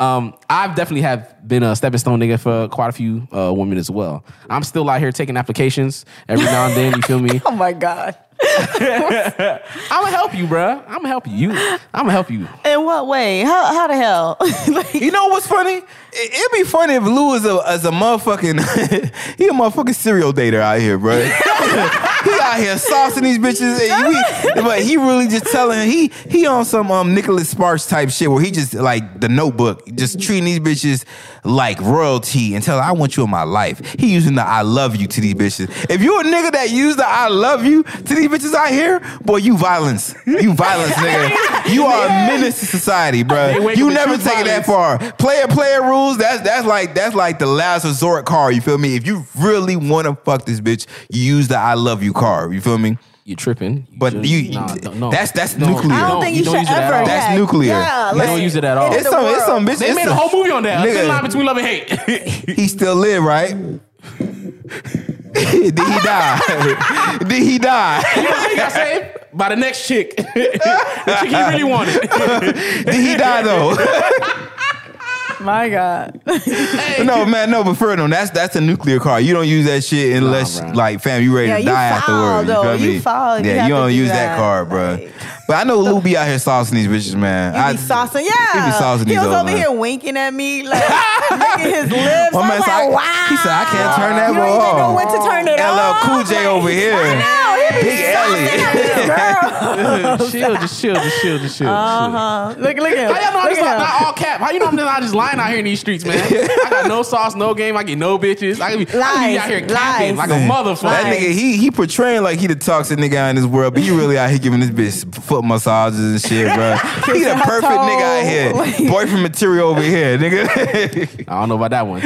C: Um, I've definitely have been a stepping stone nigga for quite a few uh, women as well. I'm still out here taking applications every now and then. You feel me?
D: Oh my God.
C: I'm gonna help you, bruh. I'm gonna help you. you I'm gonna help you.
D: In what way? How how the hell? like,
A: You know what's funny? It, it'd be funny if Lou is a as a motherfucking he a motherfucking serial dater out here, bro. he out here saucing these bitches, and he, but he really just telling he he on some um Nicholas Sparks type shit where he just like the Notebook, just treating these bitches like royalty and tell her, I want you in my life. He using the I love you to these bitches. If you a nigga that use the I love you to these bitches out here, boy, you violence, you violence, nigga. You are a menace to society, bro.
C: They wake
A: You
C: up to
A: never
C: choose
A: take it that
C: violence.
A: far. Player player rules. That's that's like that's like the last resort card. You feel me? If you really want to fuck this bitch, you use the I love you card. You feel me?
C: You tripping?
A: But
C: just-
A: you-
C: don't-
A: that's- that's
C: No,
A: nuclear.
D: I don't
A: No,
D: think
C: you
D: you,
C: don't
D: should
C: use it at
D: ever.
C: all.
A: That's
D: attack-
A: nuclear.
D: Yeah,
A: You
C: don't use it at all.
D: end of
A: It's
D: the
A: some it's
D: world.
A: some bitch.
C: They
A: it's
C: made a
A: some-
C: whole movie on that. A
A: Nigga.
C: thin line between love and hate.
A: He still live, right? Did he die? Did he die?
C: he got saved by the next chick. the chick he really wanted.
A: Did he die though?
D: My God.
A: no, man, no. But for real, no, that's that's a nuclear card. You don't use that shit unless,
C: bro.
A: like, fam, you ready
D: Yeah,
A: to
D: you
A: die
D: foul,
A: afterwards.
D: though.
A: You, feel
D: You
A: me?
D: foul if you
A: Yeah,
D: have
A: you
D: to
A: don't
D: do
A: use that,
D: that.
A: card, bro.
D: Like-
A: but I know Lou be out here saucing these bitches, man.
D: You
A: I,
D: be saucing,
A: He
D: yeah.
A: be saucing
D: He
A: these
D: was
A: old
D: over
A: men.
D: here winking at me, like licking his lips.
A: My
D: I
A: man
D: was
A: said, I-
D: like, wow.
A: he said, "I can't turn that
D: you don't
A: ball
D: even know
A: off."
D: when to turn it
A: LL
D: off.
A: Cool J
D: Like,
A: over here.
D: I know. He be
A: Big
D: saucing
A: Ellie.
D: at this girl.
C: chill, just chill, just chill, just chill.
D: Uh-huh. Look, look at him.
C: How y'all know I'm
D: look
C: just not,
D: at
C: not
D: him.
C: all cap? How you know I'm just not just lying out here in these streets, man? I got no sauce, no game. I get no bitches. I can be, I can be
D: Lies,
C: out here capping
D: lies.
C: like a
A: Man,
C: motherfucker.
A: That nigga, he he portraying like he the toxic nigga out in this world, but he really out here giving this bitch foot massages and shit, bro. he the
D: Kissing her
A: perfect nigga out
D: toe.
A: here, boyfriend material over here, nigga.
C: I don't know about that one.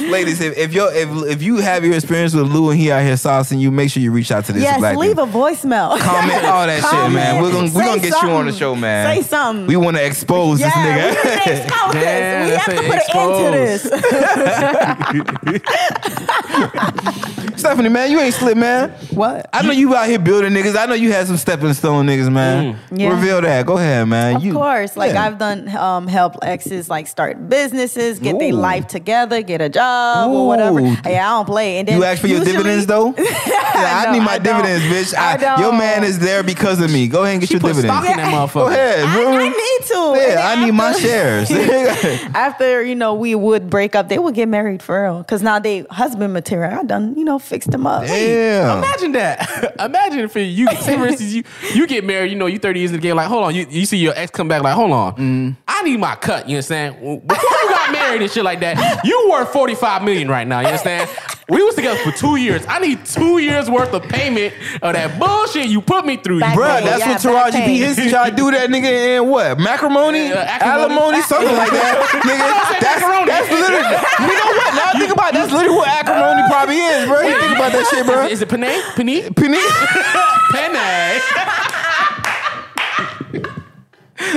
A: Ladies, if if, you if if you have your experience with Lou and he out here saucing you, make sure you reach out to this
D: Yes,
A: black
D: leave
A: dude.
D: a voicemail.
A: Comment all that shit, man.
D: Comment.
A: We're gonna, we're gonna
D: Say
A: get you on the
D: something.
A: show, man.
D: Say something.
A: We wanna expose
D: yeah,
A: this
D: we
A: nigga.
D: have to expose
C: Damn,
D: this. We
C: that's
D: have to
C: a
D: put an end to this.
A: Stephanie, man, you ain't slick, man.
D: What?
A: I know you out here building niggas. I know you had some stepping stone niggas, man.
D: Yeah.
A: Reveal that. Go ahead, man.
D: Of
A: you,
D: course. Like
A: yeah.
D: I've done um, help exes like start businesses, get their
A: Ooh.
D: life together, get a job
A: Ooh.
D: or whatever. Yeah, I don't play. And then
A: You ask for your
D: usually-
A: dividends though. yeah, I,
D: No,
A: need my
D: I don't.
A: dividends, bitch.
D: I
A: I- your
D: don't.
A: man is there because of me. Go ahead and get
C: She
A: your
C: put stock
A: dividends.
C: in that motherfucker.
A: Go ahead.
D: I,
A: bro.
D: I need to. And
A: yeah,
D: then
A: I need my
D: after-
A: shares.
D: After you know we would break up, they would get married for real. Cause now they husband material. I done you know fixed them up.
A: yeah.
C: Imagine that. Imagine if you, say for instance, you you get married, you know, you 30 years in the game, like, hold on, you, you see your ex come back, like, hold on,
A: Mm.
C: I need my cut, you understand? Before you got married and shit like that, you worth 45 million right now, you understand? We was together for two years. I need two years worth of payment of that bullshit you put me through.
D: Back
C: you
A: Bruh,
D: Hey,
A: that's
D: yeah,
A: what
D: back
A: Taraji P.
D: pay.
A: Henson tried to do that nigga in what? Macrimony?
C: Yeah, acrimony.
A: alimony? Something like that. nigga, that's,
C: macaroni.
A: that's literally, you know what? Now I think about it, that's literally what acrimony probably is, bro. You think about that shit, bro.
C: Is it Panay? Panay?
A: Penny?
C: Panay.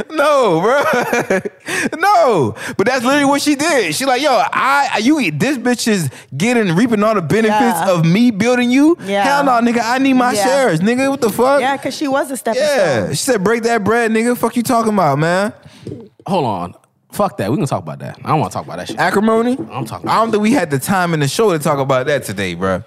A: No, bro. no. But that's literally what she did. She like, yo, I you this bitch is getting reaping all the benefits
D: Yeah.
A: of me building you.
D: Yeah.
A: Hell no, nigga. I need my
D: Yeah.
A: shares, nigga. What the fuck?
D: Yeah, because she was a stepping
A: Yeah.
D: stone.
A: She said, break that bread, nigga. Fuck you talking about, man.
C: Hold on. Fuck that. We can talk about that. I don't want to talk about that shit.
A: Acrimony?
C: I'm talking
A: I don't think we had the time in the show to talk about that today, bro.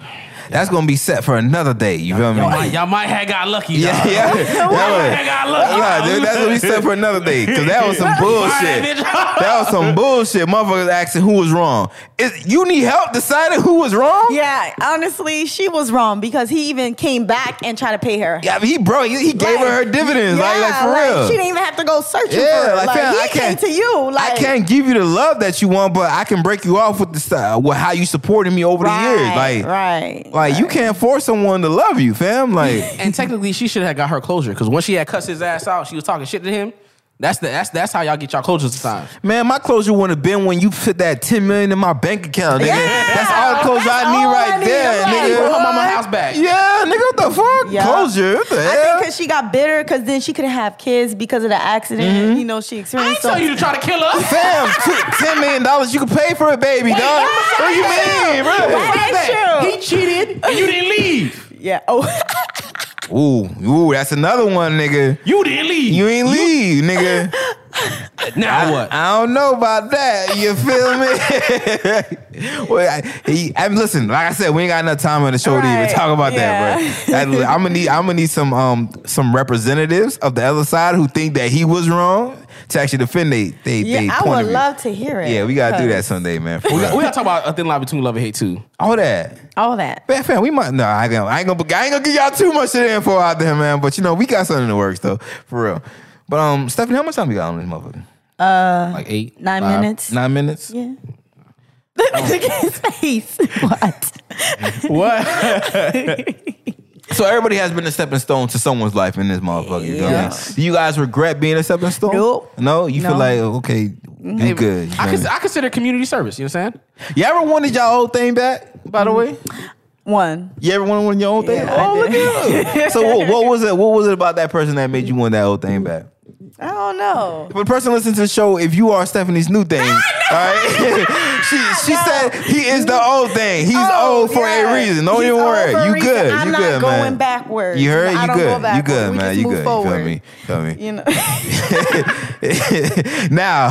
A: That's gonna be set for another day. You feel me?
C: Y'all might, y'all might have got lucky.
A: Yeah,
C: dog.
A: yeah.
C: Y'all might have
A: That
C: got
A: was,
C: lucky.
A: nah, dude, that's what we said for another day. Cause that was some bullshit. That was some bullshit. Motherfuckers asking who was wrong. Is, you need help deciding who was wrong?
D: Yeah, honestly, she was wrong because he even came back and tried to pay her.
A: Yeah, I mean, he bro, he, he gave her her dividends. like, like for real.
D: She didn't even have to go searching for
A: yeah,
D: it.
A: like,
D: Like,
A: fam,
D: he
A: I can't
D: came to you. Like,
A: I can't give you the love that you want, but I can break you off with the style, with how you supported me over
D: Right,
A: the years. Like,
D: right.
A: like you can't force someone to love you, fam. Like,
C: And technically, she should have got her closure because once she had cussed his ass out, she was talking shit to him. That's the that's that's how y'all get y'all closure sometimes.
A: man, my closure would have been when you put that ten million in my bank account. Nigga.
D: Yeah,
A: that's all the closure
D: that's
A: I need
D: all
A: right
D: I need.
A: there,
D: I'm like,
A: nigga.
D: bro,
C: Put my mama house back.
A: Yeah, nigga, what the fuck?
D: Yeah.
A: Closure? What the
D: I think
A: hell?
D: because she got bitter because then she couldn't have kids because of the accident.
A: Mm-hmm.
D: You know, she
C: I ain't
D: experienced.
C: tell you to try to kill us.
A: Fam, t- ten million dollars you can pay for a baby, dog. What do you mean, bro?
D: That's true.
C: He cheated and you didn't leave.
D: Yeah. Oh,
A: Ooh, ooh, that's another one, nigga.
C: You didn't leave.
A: You ain't leave, nigga.
C: now what?
A: I don't know about that. You feel me? well, I, he, I mean, listen, like I said, we ain't got enough time on the show to
D: Right,
A: even talk about
D: yeah.
A: that, bro. I'm gonna need I'm gonna need some um some representatives of the other side who think that he was wrong to actually defend they they,
D: yeah.
A: they
D: I
A: point of
D: would
A: view.
D: love to hear it.
A: Yeah, we gotta do that
D: 'cause
A: someday, man. For
C: We got-
A: real.
C: we gotta talk about a thin line between love and hate too.
A: All that.
D: All that.
A: Man, fam, we might no, I ain't gonna I ain't gonna, I ain't gonna give y'all too much of the info out there, man. But you know, we got something in the works though, for real. But um Stephanie, how much time we got on this motherfucker?
C: Like eight,
D: Nine
C: five.
D: minutes.
A: Nine minutes?
D: Yeah. Look at his face. What?
C: What?
A: So everybody has been a stepping stone to someone's life in this motherfucker. You know?
D: Yeah.
A: Do you guys regret being a stepping stone?
D: Nope.
A: No, you
D: No.
A: feel like okay, you good. You,
C: I,
A: know?
C: cons- I consider community service. You know what I'm saying?
A: you ever wanted y'all old thing back? By the way,
D: One.
A: you ever wanted your old thing?
D: Yeah, I
A: oh, look at you. So what, what was it? What was it about that person that made you want that old thing back?
D: I don't know.
A: But the person listening to the show, if you are Stephanie's new thing, all right, she she said he is the old thing. He's
D: Oh,
A: old for
D: yeah.
A: a reason. Don't
D: He's
A: even
D: old
A: worry.
D: for a
A: You
D: reason.
A: good.
D: I'm
A: you
D: not
A: good, man.
D: going backwards.
A: You heard?
D: I
A: you
D: don't go
A: good. you
D: backwards.
A: good,
D: We
A: man.
D: just
A: You
D: move
A: good.
D: forward.
A: You feel me?
D: You know.
A: Feel me? now,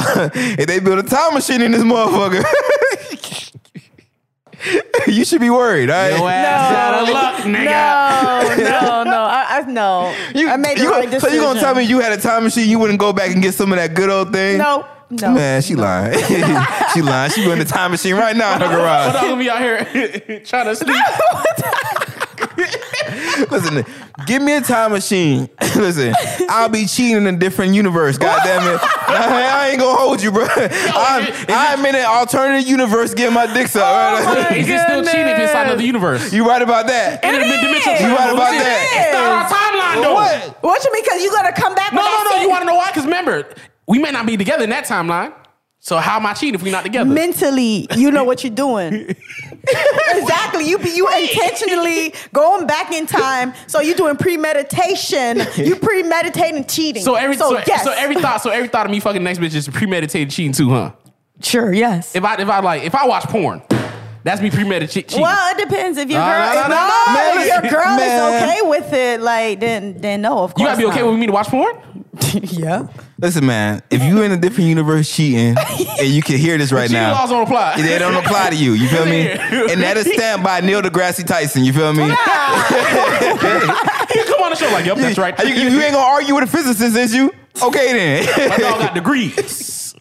A: if they build a time machine in this motherfucker, you should be worried. All right.
C: Your ass out of luck, nigga.
D: No, no, no. I, I no.
A: You-
D: I made the
A: you
D: right
A: gonna-
D: decision.
A: So you gonna tell me you had a time machine, you wouldn't go back and get some of that good old thing?
D: No, no.
A: Man, she lying. she lying. She in the time machine right now in her
C: What
A: garage.
C: I'm gonna be out here trying to sleep.
A: Listen, give me a time machine. Listen, I'll be cheating in a different universe. God damn it. I, I ain't gonna hold you, bro. I'm, I'm in an alternative universe getting Oh, my dick sucked. right?
C: Is it still cheating if it's out of the universe?
A: you right about that.
C: It is.
D: is.
A: You right about
C: It's
A: that.
C: not our timeline though.
A: What?
D: What you mean? Because you gonna come back?
C: No,
D: with that
C: no, no. You
D: same-
C: want to know why? Because remember, we may not be together in that timeline. So how am I cheating if we're not together?
D: mentally, you know what you're doing. exactly. You be you intentionally going back in time. So you're doing premeditation. You premeditating cheating.
C: so every so,
D: yes.
C: so every thought so every thought of me fucking the next bitch is premeditated cheating too, huh?
D: sure yes.
C: If I if I like if I watch porn, that's me premeditated cheating.
D: well, it depends. If your
A: Nah,
D: girl,
A: nah, nah,
D: if-
A: nah, nah,
D: no,
A: man,
D: if your girl
A: man.
D: is okay with it, like then, then no, of course.
C: you gotta be okay with me to watch porn.
D: with yeah.
A: Listen, man, if you in a different universe cheating, and you can hear this right
C: Cheating
A: now.
C: laws don't apply.
A: They don't apply to you. You feel me? And that is stamped by Neil deGrasse Tyson. You feel me?
C: You come on the show like, yep, that's right.
A: You, you ain't gonna argue with a physicist, is you? Okay then.
C: My dog got degrees.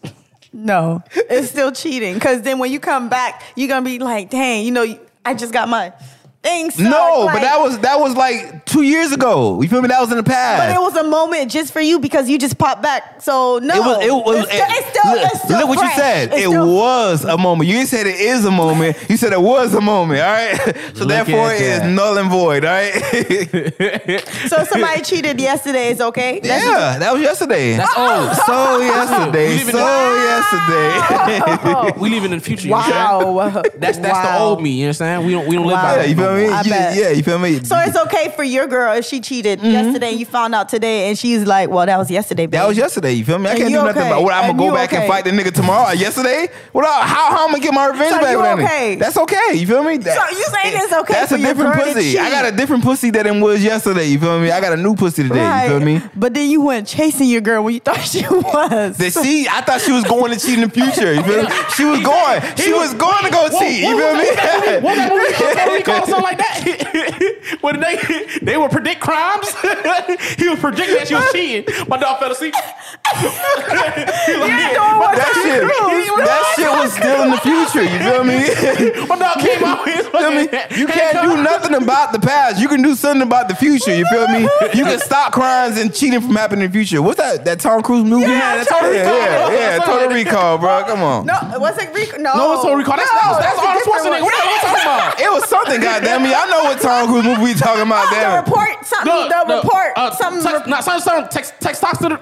D: No, it's still cheating. Because then when you come back, you're gonna be like, dang, you know, I just got my things.
A: no, but that was that was like two years ago. You feel me? That was in the
D: But
A: past.
D: it was a moment just for you because you just popped back. So no,
A: It was. It was.
D: It's still. It's still,
A: look,
D: it's still
A: look what you
D: fresh.
A: said.
D: It's
A: It
D: still-
A: was a moment. You didn't say it is a moment. You said it was a moment. All right. So
C: Look
A: therefore,
C: at
A: it is
C: that.
A: null and void. All right.
D: So if somebody cheated yesterday. It's okay. That's just-
A: yeah, that was yesterday.
C: That's old.
A: so
C: You
A: yesterday. So
C: live in the-
A: yesterday.
C: We live in the future. You know what I'm saying?
D: Wow.
C: That's that's the
D: Wow.
C: old me. You know what I'm saying? We don't we don't live
D: Wow.
C: by
A: Yeah,
C: that.
A: you
C: no
A: feel I mean?
D: I
A: You-
D: bet.
A: Yeah, you feel me?
D: So it's okay for your girl if she cheated yesterday and you found out today and she's like, well, that was yesterday, babe.
A: Mm-hmm. That was yesterday. You feel me? I
D: And
A: can't
D: you
A: do nothing
D: okay.
A: about. What I'm
D: And
A: gonna go
D: you
A: back
D: okay.
A: and fight the nigga tomorrow? or Yesterday? What? I- How, how I'm gonna get my revenge
D: So
A: back
D: you
A: with that nigga?
D: okay?
A: That's okay. You feel me? That-
D: So you saying it's okay
A: That's
D: for
A: a
D: your
A: different
D: girl to
A: pussy. I
D: cheat?
A: got a different pussy than it was yesterday. You feel me? I got a new pussy today. You feel me?
D: But then you went chasing your girl when you thought she was.
A: That she, I thought she was going to cheat in the future. You feel me? She was going. She was going to go cheat. You feel me?
C: What that movie called? That movie called something like that. when they they would predict crimes, he was predicting that she was cheating. My dog fell asleep.
A: That shit, that shit was still in the future. You feel me?
C: My dog came out with his
A: feel me?
C: fucking
A: You can't do nothing about the past. You can do something about the future. You feel me? You can stop crimes and cheating from happening in the future. What's that? That Tom Cruise movie?
D: Yeah,
A: yeah,
D: that's Total
A: yeah,
D: Recall.
A: yeah, yeah, Total Recall, bro. Come on.
D: No, was it Rico? No.
C: No, it's Total Recall. That's- that was- that's
D: a
C: Arnold
D: different
C: Schwarzenegger.
D: one.
C: What the- what's
A: Come on. It was something, goddamn me. I know what Tom Cruise movie we talking about,
D: Oh,
A: damn Uh,
D: the
A: it.
D: report, something, the report, something.
C: uh, Text, not something. Some text, testosterone.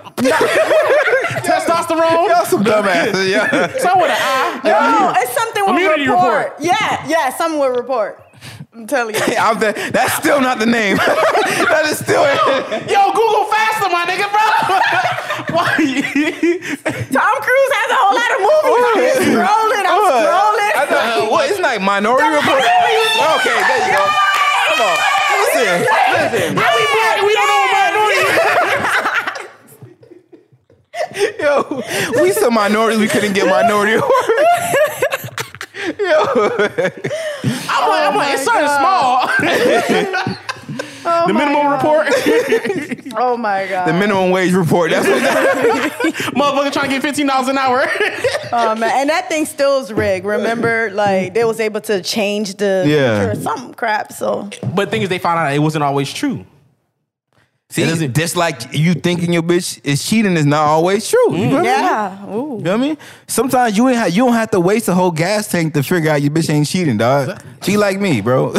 C: testosterone.
A: Y'all some dumbasses. Yeah.
C: Some with an eye.
D: no, Oh, it's something with
C: Immunity report.
D: report. Yeah, yeah, something with report. I'm telling you.
A: I'm the, that's still not the name. that is still
C: Yo, Google faster, my nigga, bro. Why?
D: Tom Cruise has a whole lot of movies. I'm just
C: Oh,
D: scrolling. I'm
A: What?
D: scrolling.
A: I know, what? It's like Minority Report. Okay, there you go. Come on. Listen, listen.
C: How we black? We don't know what minority.
A: Yo, we some minorities. We couldn't get minority.
C: I'm like, I'm like,
D: Oh
C: it's something small. the minimum report.
D: Oh my god.
A: the minimum wage report. That's what. That,
C: Motherfucker trying to get fifteen dollars an hour.
D: Oh, man. And that thing still is rigged. Remember, like they was able to change the
A: Yeah.
D: picture or some crap. So
C: but the thing is, they found out it wasn't always true.
A: see, just like you thinking your bitch is cheating is not always true. You feel me?
D: yeah. Ooh.
A: You know what I mean? Sometimes you ain't ha- you don't have to waste a whole gas tank to figure out your bitch ain't cheating, dog. She like me, bro.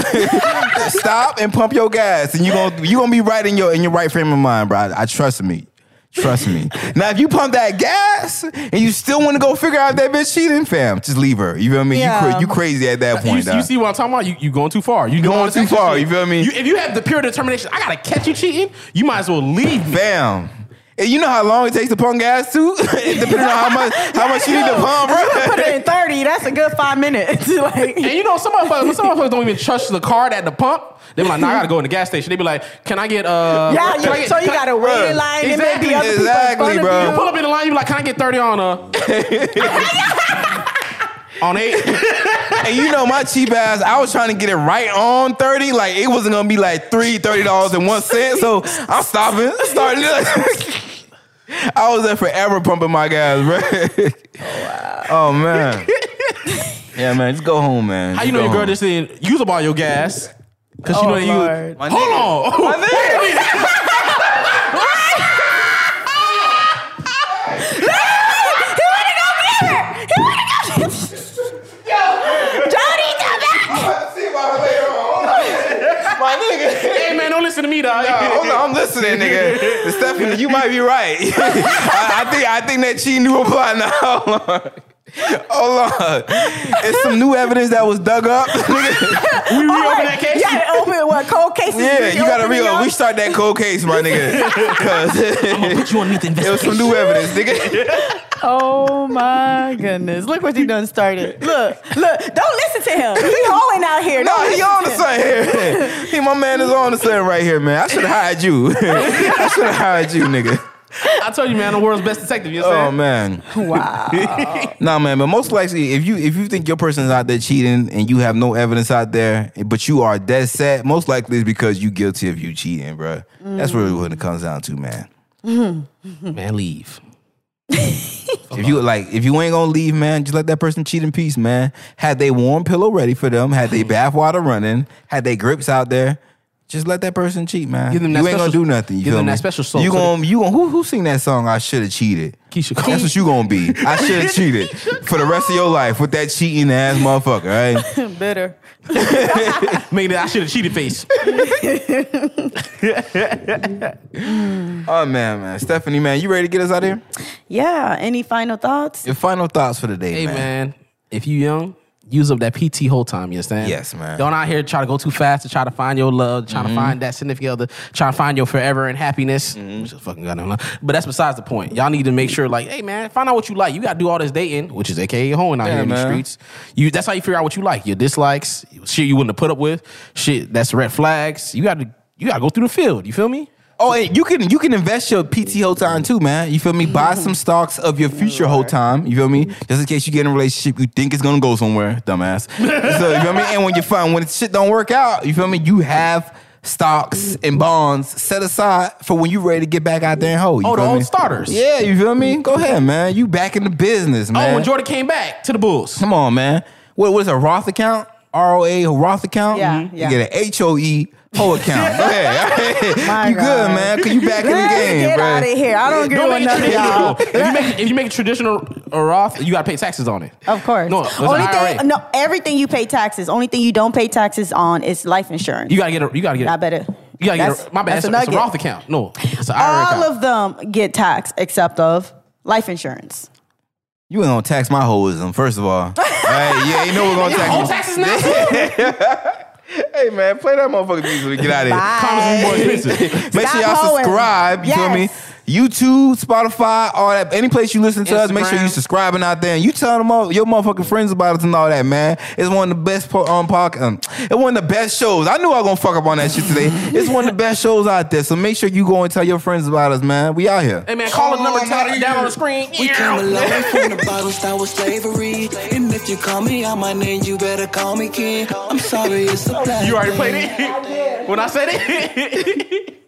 A: Stop and pump your gas, and you gonna you gonna be right in your in your right frame of mind, bro. I, I trust me. Trust me. Now, if you pump that gas and you still want to go figure out if that bitch cheating, fam, just leave her. You feel me? You,
D: Yeah.
A: cra- you crazy at that
C: You,
A: point, dog.
C: you see what I'm talking about? You, you going too far. You
A: Going
C: doing all this
A: too
C: extra
A: far,
C: shit.
A: you feel me?
C: if you have the pure determination, I gotta catch you cheating. You might as well leave. Me.
A: fam. And you know how long it takes to pump gas too, depending on how much how much you need to pump, bro.
D: Put it in 30. That's a good five minutes. like
C: And you know, some motherfuckers, some motherfuckers don't even trust the card at the pump. They be like, nah, I gotta go in the gas station. They be like, can I get uh?
D: Yeah,
C: can
D: you-
C: I get-
D: so you
C: can I-
D: got a wait in line and maybe
C: Exactly,
D: other people
A: exactly,
D: in front
A: bro.
D: of
C: You
D: you.
C: pull up in the line, you be like, can I get thirty on uh? on eight.
A: And you know my cheap ass, I was trying to get it right on 30. Like it wasn't gonna be like three thirty dollars and one cent. So I'm stopping. Starting I was there forever pumping my gas, bro. Oh man. yeah, man, just go home, man.
C: How you know your girl just didn't use up all your gas? Cause you know that you.
D: Oh, Lord.
A: My
C: Hold on.
A: My nigga. My nigga.
C: hey man, don't listen to me, dog.
A: Hold on, I'm listening, nigga. Stephanie, you might be right. I, I think I think that cheating do apply now. Hold on. Hold on. It's some new evidence that was dug up. nigga.
C: we reopen that case.
D: You gotta open what cold cases.
A: yeah, you gotta
D: reopen
A: real.
D: yours?
A: We start that cold case, my nigga. Cause
C: Put you on the
A: it was some new evidence, nigga.
D: Oh my goodness! Look what you done started. Look, look! Don't listen to him. He hoeing out here.
A: No,
D: Don't
A: he
D: listen
A: on
D: to
A: the
D: him.
A: sun here. He, my man is on the sun right here, man. I should have hired you. I should have hired you, nigga.
C: I told you, man, the world's best detective. You know what
A: Oh
C: I'm
A: man.
D: Wow.
A: Nah, man, but most likely, if you if you think your person's out there cheating and you have no evidence out there, but you are dead set, most likely it's because you guilty of you cheating, bruh. That's really what it comes down to, man.
C: saying? Man, leave.
A: If you like, if you ain't gonna leave, man, just let that person cheat in peace, man. Had they warm pillow ready for them, had they bath water running, had they grips out there, just let that person cheat, man.
C: Give them that
A: you ain't
C: special-
A: gonna do nothing. You
C: give
A: feel
C: them
A: me?
C: that special soul
A: You
C: to
A: gonna you gonna who who sing that song? I should have cheated.
C: Keisha Cole.
A: That's what you gonna be. I should have cheated for the rest of your life with that cheating ass motherfucker. Right?
D: Bitter.
C: Make that I should have cheated face.
A: Oh man, man, Stephanie, man, you ready to get us out of here?
D: Yeah. Any final thoughts?
A: Your final thoughts for the day,
C: hey
A: man.
C: man, if you young, use up that PT whole time. You understand?
A: Yes, man. Mm-hmm.
C: Don't out here try to go too fast to try to find your love, trying to find that significant other, trying to find your forever and happiness.
A: Mm-hmm.
C: Which is fucking goddamn love. But that's besides the point. Y'all need to make sure, like, hey man, find out what you like. You gotta do all this dating, which is AKA hoeing out
A: Yeah,
C: here in
A: man.
C: the streets. You that's how you figure out what you like. Your dislikes, shit you wouldn't have put up with, shit that's red flags. You gotta you gotta go through the field. You feel me?
A: Oh, and you can you can invest your PTO time too, man. You feel me? Buy some stocks of your future whole time. You feel me? Just in case you get in a relationship you think it's gonna go somewhere, dumbass. so you feel me? And when you find when shit don't work out, you feel me? You have stocks and bonds set aside for when you ready to get back out there and hoe. You
C: Oh, the
A: feel
C: old
A: me?
C: starters.
A: Yeah, you feel me? Go ahead, man. You back in the business, man.
C: Oh, when Jordan came back to the Bulls.
A: Come on, man. What was a Roth account? R O A Roth account?
D: Yeah,
A: Mhm.
D: yeah.
A: You get an H O E Ho account. Go ahead.
D: My
A: you good,
D: God.
A: man. Cause you back in the
D: Let's
A: game,
D: get
A: bro.
D: out of here. I don't agree
C: Don't make
D: with
C: it
D: none of
C: traditional. If
D: y'all.
C: you make if you make it traditional or Roth, you gotta pay taxes on it.
D: Of course.
C: No, it's
D: Only
C: an IRA.
D: thing, no, everything you pay taxes. Only thing you don't pay taxes on is life insurance.
C: You gotta get a. You gotta get.
D: I bet it.
C: You gotta
D: That's-
C: get. A, my bad.
D: that's
C: It's
D: a
C: a, it's a
D: nugget.
C: Roth account. No, it's an IRA
D: All
C: account.
D: of them get taxed except of life insurance.
A: You ain't gonna tax my hoism, first of all. all right, yeah, you know we're gonna tax
C: Whole
A: you.
C: taxes now. too?
A: Hey man, play that motherfucker music when we get out of here.
C: Condoms is more
D: Bye.
C: expensive.
A: Make sure y'all
D: Stop hoeing.
A: subscribe. You feel me?
D: Yes.
A: YouTube, Spotify, all that, any place you listen to us, make sure
C: Instagram.
A: you subscribing out there and you tell them all, your motherfucking friends about us and all that, man. It's one of the best po- um, podcast. Um, it's one of the best shows. I knew I was gonna fuck up on that shit today. It's one of the best shows out there. So make sure you go and tell your friends about us, man. We out here.
C: Hey man, call the number tab down on the screen.
G: We
C: Yeah.
G: came a long way from the bottom, start with slavery. And if you call me out my name, you better call me king. I'm sorry, it's a black
C: You already
G: thing.
C: played it. When I said it.